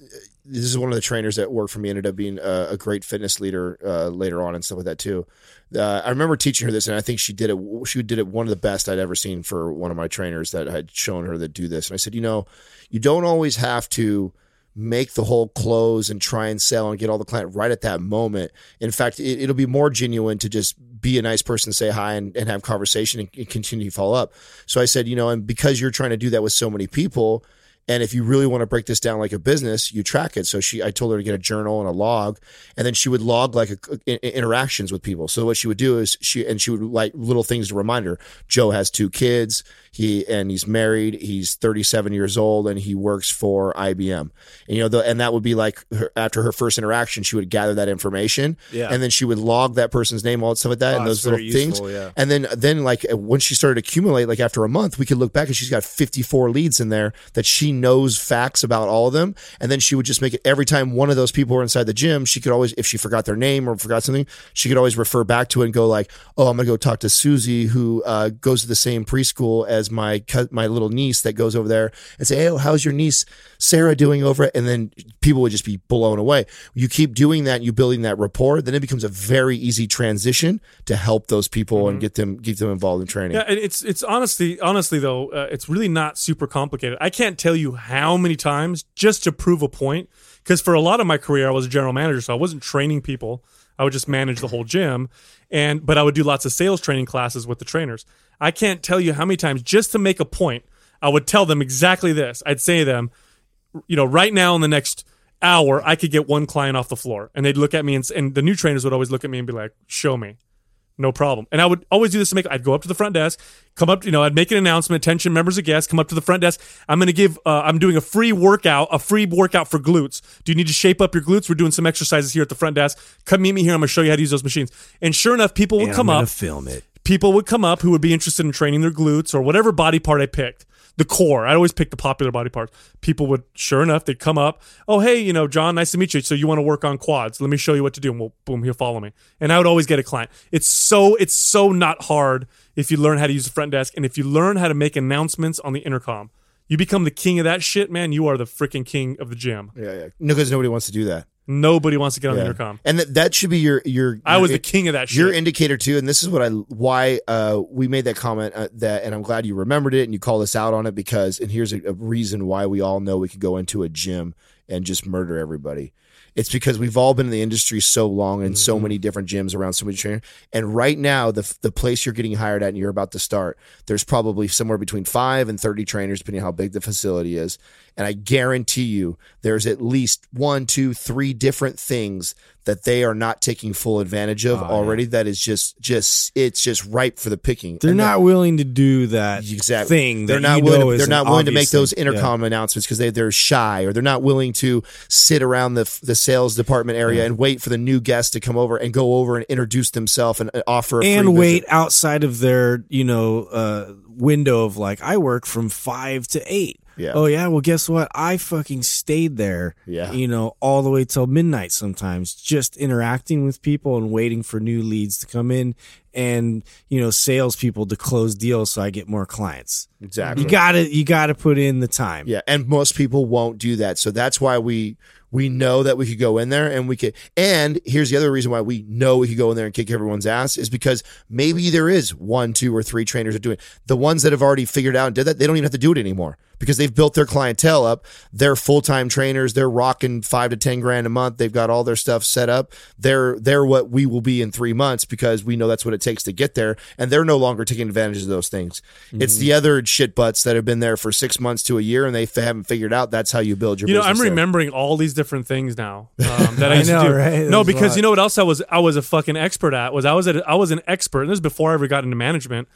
S3: this is one of the trainers that worked for me ended up being a, a great fitness leader uh, later on and stuff like that too. Uh, I remember teaching her this, and I think she did it. She did it one of the best I'd ever seen for one of my trainers that had shown her to do this. And I said, you know, you don't always have to make the whole close and try and sell and get all the client right at that moment. In fact, it, it'll be more genuine to just be a nice person, say hi and, and have conversation and, and continue to follow up. So I said, you know, and because you're trying to do that with so many people, and if you really want to break this down like a business, you track it. So she, I told her to get a journal and a log, and then she would log like a, i- i- interactions with people. So what she would do is she and she would like little things to remind her. Joe has two kids. He and he's married. He's 37 years old, and he works for IBM. And you know, the, and that would be like her, after her first interaction, she would gather that information,
S4: Yeah.
S3: and then she would log that person's name, all that stuff like that,
S4: Oh,
S3: and
S4: it's
S3: those
S4: very
S3: little things.
S4: useful, yeah.
S3: And then then like uh, once she started to accumulate, like after a month, we could look back and she's got 54 leads in there that she knows facts about all of them. And then she would just make it every time one of those people were inside the gym, she could always, if she forgot their name or forgot something, she could always refer back to it and go like, oh, I'm gonna go talk to Susie who uh, goes to the same preschool as my cou- my little niece that goes over there and say, hey, oh, how's your niece Sarah doing over it? And then people would just be blown away. You keep doing that, you building that rapport, then it becomes a very easy transition to help those people and get them get them involved in training.
S1: Mm-hmm. Yeah, and it's it's honestly honestly though, uh, it's really not super complicated. I can't tell you how many times just to prove a point because for a lot of my career I was a general manager, so I wasn't training people. I would just manage the whole gym and but I would do lots of sales training classes with the trainers. I can't tell you how many times just to make a point, I would tell them exactly this. I'd say to them, you know, right now in the next hour, I could get one client off the floor. And they'd look at me and, s- and the new trainers would always look at me and be like, show me. No problem. And I would always do this to make, I'd go up to the front desk, come up, you know, I'd make an announcement, attention members of guests, come up to the front desk. I'm going to give, uh, I'm doing a free workout, a free workout for glutes. Do you need to shape up your glutes? We're doing some exercises here at the front desk. Come meet me here. I'm going to show you how to use those machines. And sure enough, people would
S4: And I'm
S1: come
S4: gonna
S1: up
S4: film it
S1: people would come up who would be interested in training their glutes or whatever body part I picked. The core. I always pick the popular body parts. People would, sure enough, they'd come up. Oh, hey, you know, John, nice to meet you. So you want to work on quads? Let me show you what to do. And well, boom, he'll follow me. And I would always get a client. It's so, it's so not hard if you learn how to use the front desk and if you learn how to make announcements on the intercom. You become the king of that shit, man. You are the freaking king of the gym.
S3: Yeah, yeah. No, because nobody wants to do that.
S1: Nobody wants to get on
S3: Yeah.
S1: the intercom.
S3: And that that should be your your.
S1: I was the
S3: it-
S1: king of that shit.
S3: Your indicator too, and this is what I why uh, we made that comment uh, that, and I'm glad you remembered it and you called us out on it because, and here's a, a reason why we all know we could go into a gym and just murder everybody. It's because we've all been in the industry so long and
S4: Mm-hmm.
S3: so many different gyms around so many trainers. And right now, the f- the place you're getting hired at and you're about to start, there's probably somewhere between five and thirty trainers, depending on how big the facility is. And I guarantee you, there's at least one, two, three different things that they are not taking full advantage
S4: Ah,
S3: of already. That is just, just it's just ripe for the picking.
S4: they're
S3: And the-
S4: not willing to do that
S3: exactly
S4: thing
S3: They're
S4: that
S3: not
S4: you
S3: willing.
S4: know
S3: to,
S4: is
S3: they're
S4: an
S3: not willing to make
S4: obvious
S3: those
S4: thing. Yeah.
S3: intercom announcements because they they're shy or they're not willing to sit around the the sales department area and wait for the new guest to come over and go over and introduce themselves and uh, offer a free
S4: and
S3: visit.
S4: wait outside of their you know uh window of like i work from five to eight
S3: Yeah.
S4: Oh yeah. Well, guess what? I fucking stayed there.
S3: Yeah.
S4: You know, all the way till midnight sometimes, just interacting with people and waiting for new leads to come in, and you know, salespeople to close deals so I get more clients.
S3: exactly.
S4: You gotta, you gotta put in the time.
S3: Yeah, and most people won't do that. So that's why we we know that we could go in there and we could and here's the other reason why we know we could go in there and kick everyone's ass is because maybe there is one, two, or three trainers that do it. The ones that have already figured out and did that, they don't even have to do it anymore because they've built their clientele up. They're full time trainers, they're rocking five to ten grand a month, they've got all their stuff set up. They're they're what we will be in three months because we know that's what it takes to get there, and they're no longer taking advantage of those things.
S4: Mm-hmm.
S3: It's the other shit butts that have been there for six months to a year and they f- haven't figured out that's how you build your.
S1: You know, I'm
S3: business there.
S1: remembering all these different things now um, that I used
S4: know,
S1: to do.
S4: right? There's
S1: No,
S4: a
S1: because
S4: lot.
S1: you know what else I was I was a fucking expert at was I was at I was an expert. And this is before I ever got into management.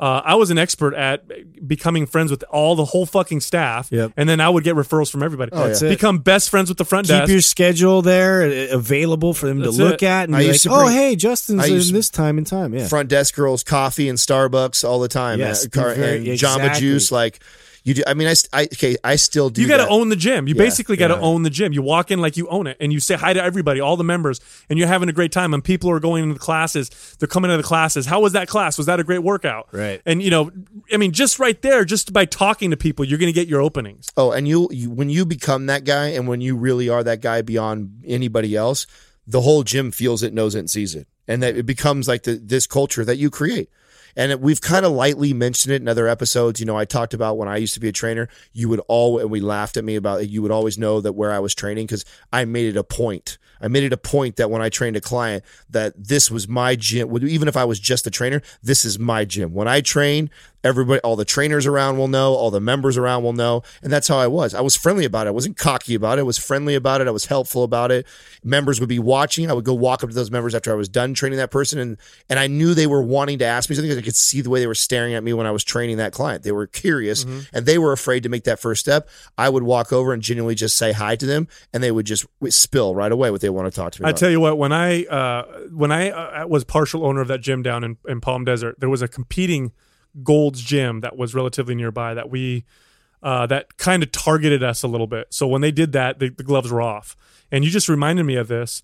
S1: Uh, I was an expert at becoming friends with all the whole fucking staff,
S4: Yep.
S1: and then I would get referrals from everybody.
S4: That's Oh, yeah. it.
S1: Become best friends with the front
S4: Keep
S1: desk.
S4: your schedule there uh, available for them
S1: That's
S4: to look
S1: it.
S4: at and
S3: I
S4: be like,
S3: used to
S4: oh,
S3: bring-
S4: hey, Justin's
S3: I
S4: in
S3: used to-
S4: this time and time. Yeah.
S3: front desk girls coffee and Starbucks all the time.
S4: Yes,
S3: uh, car-
S4: very-
S3: and Jamba
S4: exactly.
S3: Juice like you do. I mean, I, st- I okay, I still do.
S1: you got to
S3: that.
S1: own the gym. You
S3: Yeah,
S1: basically got to
S3: yeah.
S1: own the gym. You walk in like you own it, and you say hi to everybody, all the members, and you're having a great time. And people are going into the classes. They're coming into the classes. How was that class? Was that a great workout?
S4: Right.
S1: And you know, I mean, just right there, just by talking to people, you're going to get your openings.
S3: Oh, and you, you when you become that guy, and when you really are that guy beyond anybody else, the whole gym feels it, knows it, and sees it, and that it becomes like the, this culture that you create. And it, we've kind of lightly mentioned it in other episodes. You know, I talked about when I used to be a trainer, you would all and we laughed at me about it. You would always know that where I was training because I made it a point. I made it a point that when I trained a client, that this was my gym. Would- Even if I was just a trainer, this is my gym. When I train, everybody, all the trainers around will know, all the members around will know, and that's how I was. I was friendly about it. I wasn't cocky about it. I was friendly about it. I was helpful about it. Members would be watching. I would go walk up to those members after I was done training that person, and and I knew they were wanting to ask me something because I could see the way they were staring at me when I was training that client. They were curious and they were afraid to make that first step. I would walk over and genuinely just say hi to them, and they would just w- spill right away what they want to talk to me.
S1: I
S3: about.
S1: tell you what, when I uh, when I uh, was partial owner of that gym down in, in Palm Desert, there was a competing Gold's Gym that was relatively nearby that we uh, that kind of targeted us a little bit. So when they did that, the, the gloves were off. And you just reminded me of this.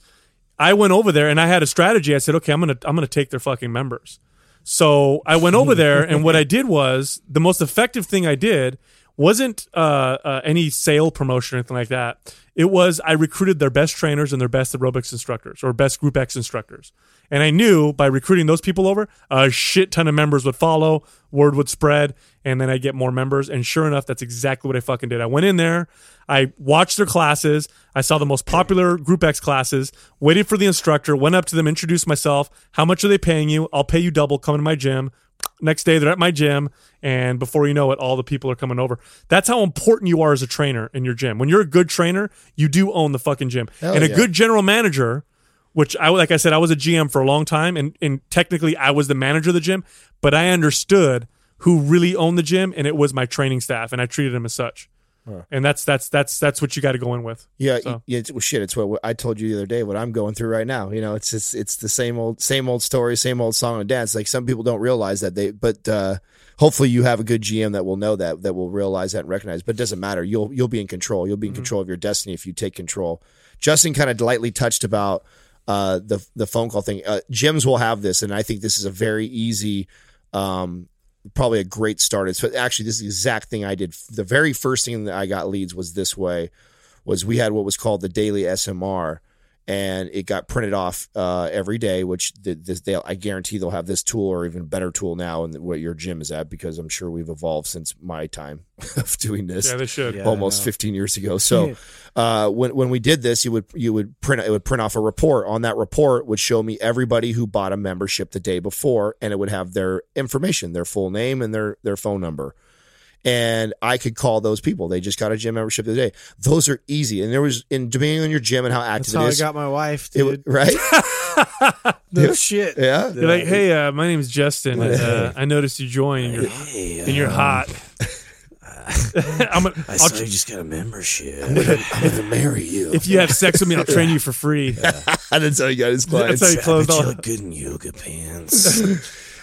S1: I went over there and I had a strategy. I said, okay, I'm gonna I'm gonna take their fucking members. So I went over there, and what I did was the most effective thing I did wasn't uh, uh, any sale promotion or anything like that. It was I recruited their best trainers and their best aerobics instructors or best group X instructors, and I knew by recruiting those people over, a shit ton of members would follow, word would spread, and then I get more members. And sure enough, that's exactly what I fucking did. I went in there, I watched their classes, I saw the most popular Group X classes, waited for the instructor, went up to them, introduced myself. How much are they paying you? I'll pay you double. Come to my gym. Next day, they're at my gym. And before you know it, all the people are coming over. That's how important you are as a trainer in your gym. When you're a good trainer, you do own the fucking gym. and a
S3: yeah.
S1: good general manager, which I like I said, I was a GM for a long time and, and technically I was the manager of the gym, but I understood who really owned the gym and it was my training staff and I treated them as such. And that's that's that's that's what you got to go in with.
S3: Yeah,
S1: So.
S3: yeah, it's, well, shit. It's what I told you the other day. What I'm going through right now. You know, it's it's it's the same old same old story, same old song and dance. Like some people don't realize that they, but uh, hopefully you have a good GM that will know that that will realize that and recognize. But it doesn't matter. You'll you'll be in control. You'll be in control of your destiny if you take control. Justin kind of lightly touched about uh, the the phone call thing. Uh, gyms will have this, and I think this is a very easy. Um, probably a great start. It's actually this is the exact thing I did. The very first thing that I got leads was this way was we had what was called the daily SMR, and it got printed off uh, every day. Which th- this, they'll, I guarantee they'll have this tool or even better tool now, and what your gym is at because I'm sure we've evolved since my time of doing this
S1: Yeah, they should.
S4: Yeah. I
S3: almost
S4: know.
S3: 15 years ago. So uh, when when we did this, you would you would print it would print off a report. On that report would show me everybody who bought a membership the day before, and it would have their information, their full name, and their their phone number. And I could call those people. They just got a gym membership the day. Those are easy, and there was in depending on your gym and how
S4: That's
S3: active
S4: how
S3: it
S4: I
S3: is.
S4: got my wife,
S3: it
S4: dude.
S3: would- right?
S4: no shit.
S3: Yeah.
S1: You're like, hey, uh, my name's Justin. And, uh, I noticed you joined. And you're, and you're hot. I'm a,
S4: I
S1: I'll,
S4: saw you just got a membership.
S3: I'm gonna marry you.
S1: if you have sex with me, I'll train you for free.
S3: That's how you got his clients.
S1: That's how you closed all.
S4: good in yoga pants.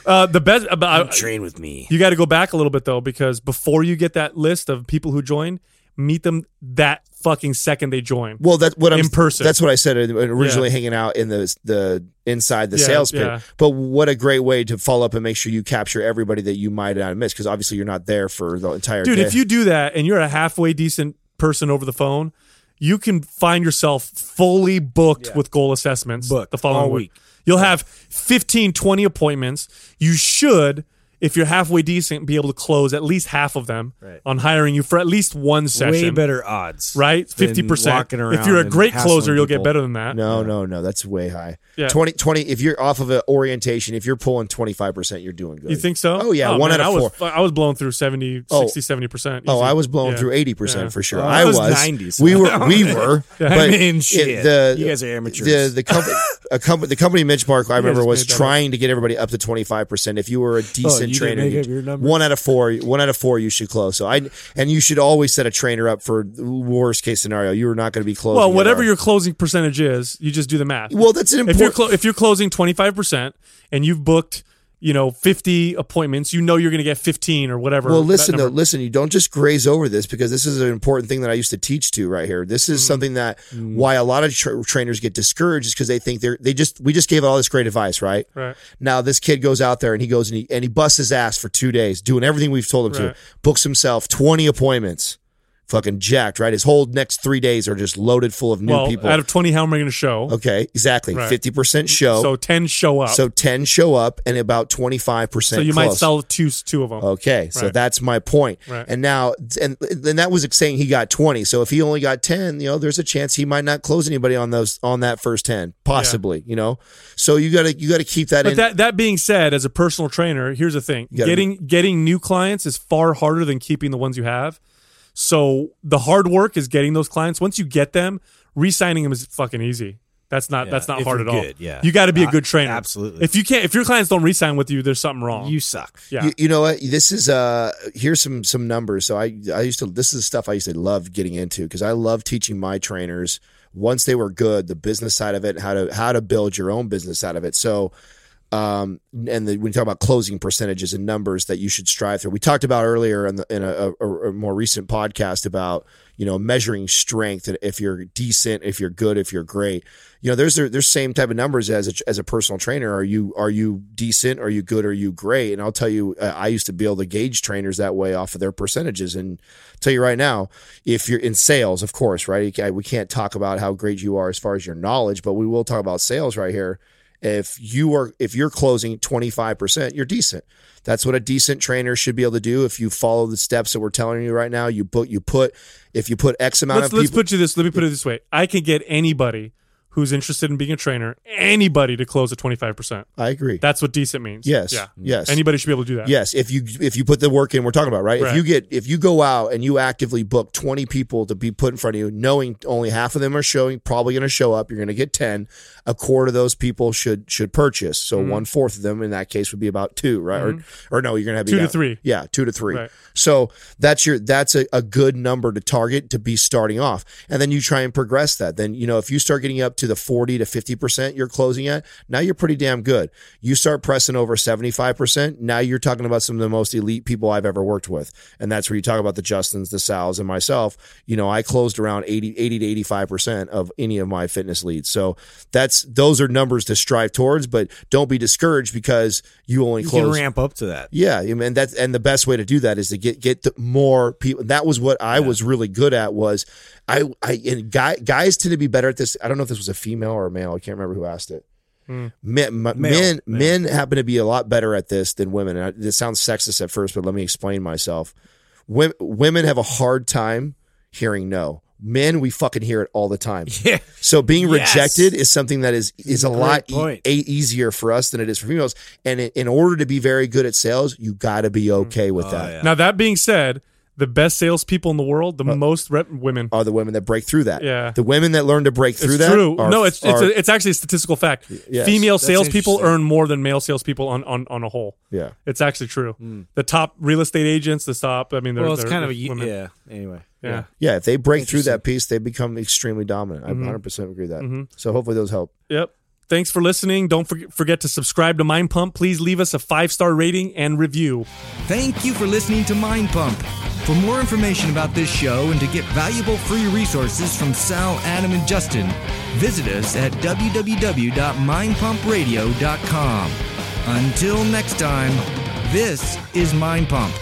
S1: Uh, the best. About,
S4: Train with me.
S1: you got to go back a little bit though, because before you get that list of people who joined, meet them that fucking second they join.
S3: Well, that's what I'm
S1: In person.
S3: That's what I said uh, originally,
S1: Yeah.
S3: hanging out in the the inside the
S1: Yeah,
S3: sales pit.
S1: yeah.
S3: But what a great way to follow up and make sure you capture everybody that you might not miss because obviously you're not there for the entire
S1: Dude,
S3: day.
S1: if you do that and you're a halfway decent person over the phone, you can find yourself fully booked with goal assessments
S4: Booked
S1: the following
S4: all
S1: week.
S4: week.
S1: You'll have 15, 20 appointments. You should, if you're halfway decent, be able to close at least half of them
S4: Right.
S1: on hiring you for at least one session.
S4: Way better odds.
S1: Right?
S4: than
S1: 50%.
S4: walking around
S1: If you're a
S4: and
S1: great
S4: hassling
S1: closer, you'll get
S4: people.
S1: better than that.
S3: no, no, no, that's way high.
S1: Yeah.
S3: Twenty, twenty. 20, If you're off of an orientation, if you're pulling 25%, you're doing good.
S1: You think so?
S3: Oh, yeah, one
S1: man,
S3: out of
S1: I
S3: four.
S1: Was, I was blown through 70,
S3: Oh.
S1: 60, 70%.
S3: Oh,
S1: easy.
S3: I was blown
S1: Yeah.
S3: through eighty percent
S1: Yeah.
S3: for sure.
S4: Well,
S3: I
S4: I was
S3: was
S4: 90, so-
S3: We were, we were.
S4: I
S3: but
S4: mean,
S3: it-
S4: shit.
S3: the-
S4: you guys are amateurs.
S3: The the company a company the company Benchmark I remember
S1: just
S3: was
S1: made that up.
S3: trying to get everybody up to twenty five percent. If you were a decent
S4: didn't
S3: trainer,
S4: make
S3: you-
S4: up your number?
S3: one out of four, one out of four, you should close. So I and you should always set a trainer up for worst case scenario. You are not going to be closing.
S1: Well,
S3: at
S1: whatever
S3: all.
S1: your closing percentage is, you just do the math.
S3: well, that's an
S1: if you're
S3: important.
S1: clo- if you're closing 25% and you've booked, you know, 50 appointments, you know you're going to get 15 or whatever.
S3: Well,
S1: that
S3: listen though,
S1: number-
S3: listen. You don't just graze over this because this is an important thing that I used to teach to right here. This
S1: Mm.
S3: is something that why a lot of tra- trainers get discouraged is because they think they're they just we just gave all this great advice, right?
S1: Right.
S3: Now this kid goes out there and he goes and he and he busts his ass for two days doing everything we've told him
S1: Right.
S3: to. Books himself twenty appointments, fucking jacked. Right. His whole next three days are just loaded full of new
S1: well,
S3: people.
S1: out of 20 how am I going to show?
S3: okay, exactly.
S1: Right.
S3: Fifty percent show.
S1: So
S3: So,
S1: 10 show up. So,
S3: 10 show up and about 25%
S1: you might
S3: close.
S1: sell two two of them.
S3: Okay, so
S1: Oh, Right.
S3: that's my point.
S1: Right.
S3: And now, and then that was saying he got twenty. So if he only got ten, you know, there's a chance he might not close anybody on those on that first ten, possibly. You know, so you gotta you gotta keep that
S1: But
S3: in.
S1: that that being said, as a personal trainer, here's the thing:
S3: gotta-
S1: getting getting new clients is far harder than keeping the ones you have. So the hard work is getting those clients. Once you get them, re-signing them is fucking easy. That's not that's not
S4: if
S1: hard at
S4: you're
S1: all.
S4: good, yeah.
S1: you got to be a
S4: Uh,
S1: good trainer.
S4: absolutely.
S1: If you can't, if your clients don't re-sign with you, there's something wrong.
S4: You suck.
S1: yeah.
S3: you, you know what? This is uh here's some some numbers. So I I used to this is stuff I used to love getting into because I love teaching my trainers once they were good the business side of it how to how to build your own business out of it. So um, and the, when you talk about closing percentages and numbers that you should strive for, we talked about earlier in, the, in a, a, a more recent podcast about you know measuring strength and if you're decent, if you're good, if you're great. You know, there's there's same type of numbers as a, as a personal trainer. Are you are you decent? Are you good? Are you great? And I'll tell you, uh, I used to be able to gauge trainers that way off of their percentages. And tell you right now, if you're in sales, of course, right? You ca- We can't talk about how great you are as far as your knowledge, but we will talk about sales right here if you are if you're closing 25% you're decent that's what a decent trainer should be able to do if you follow the steps that we're telling you right now you put you put if you put x amount
S1: let's,
S3: of
S1: let's
S3: people
S1: put you this. Let me put it this way: I can get anybody who's interested in being a trainer, anybody to close at 25. percent
S3: i agree
S1: That's what decent means.
S3: Yes,
S1: Yeah.
S3: yes.
S1: Anybody should be able to do that.
S3: yes if you if you put the work in we're talking about right?
S1: Right.
S3: if you get if you go out and you actively book 20 people to be put in front of you knowing only half of them are showing probably going to show up you're going to get 10 a quarter of those people should should purchase so
S1: Mm-hmm.
S3: one fourth of them in that case would be about two right or or no you're going to have
S1: Two to
S3: yeah,
S1: three.
S3: yeah two to three
S1: Right.
S3: So that's your that's a, a good number to target to be starting off. And then you try and progress that. Then you know if you start getting up to the 40 to 50% you're closing at, now you're pretty damn good. You start pressing over 75%, now you're talking about some of the most elite people I've ever worked with. And that's where you talk about the Justins, the Sal's and myself. You know, I closed around 80 80 to 85% of any of my fitness leads. So that's those are numbers to strive towards, but don't be discouraged because you only
S4: You
S3: close
S4: can ramp up to that.
S3: yeah, I mean that's and the best way to do that is to get get the more people. That was what I was really good at was I I and guy, guys tend to be better at this. I don't know if this was a female or a male. I can't remember who asked it.
S4: Hmm.
S3: Men, m- men, men happen to be a lot better at this than women. And I, this sounds sexist at first, but let me explain myself. Wom- women have a hard time hearing no. Men, we fucking hear it all the time.
S4: Yeah.
S3: So being
S4: Yes.
S3: rejected is something that is is a
S4: Great
S3: lot e-
S4: point.
S3: a- easier for us than it is for females. And in, in order to be very good at sales, you got to be
S1: Mm-hmm.
S3: okay with that.
S4: Oh, yeah.
S1: Now that being said, the best salespeople in the world, the most rep- women.
S3: Uh, Are the women that break through that?
S1: Yeah.
S3: the women that learn to break through
S1: it's
S3: that.
S1: true.
S3: are-
S1: no, it's it's,
S3: are-
S1: a, it's actually a statistical fact.
S3: yes.
S1: Female
S4: That's
S1: salespeople
S4: interesting.
S1: earn more than male salespeople on on, on a whole.
S3: yeah.
S1: It's actually true. The top real estate agents, the top. I mean, they're,
S4: Hmm. Well, it's
S1: they're-
S4: kind of a
S1: they're women.
S4: yeah. Anyway,
S1: Yeah.
S3: Yeah, if
S1: Mm-hmm.
S3: they break through that piece, they become extremely dominant. I 100% agree with that. So hopefully those help.
S1: Yep. Thanks for listening. Don't forg- forget to subscribe to Mind Pump. Please leave us a five star rating and review.
S2: Thank you for listening to Mind Pump. For more information about this show and to get valuable free resources from Sal, Adam, and Justin, visit us at www.mindpumpradio.com. Until next time, this is Mind Pump.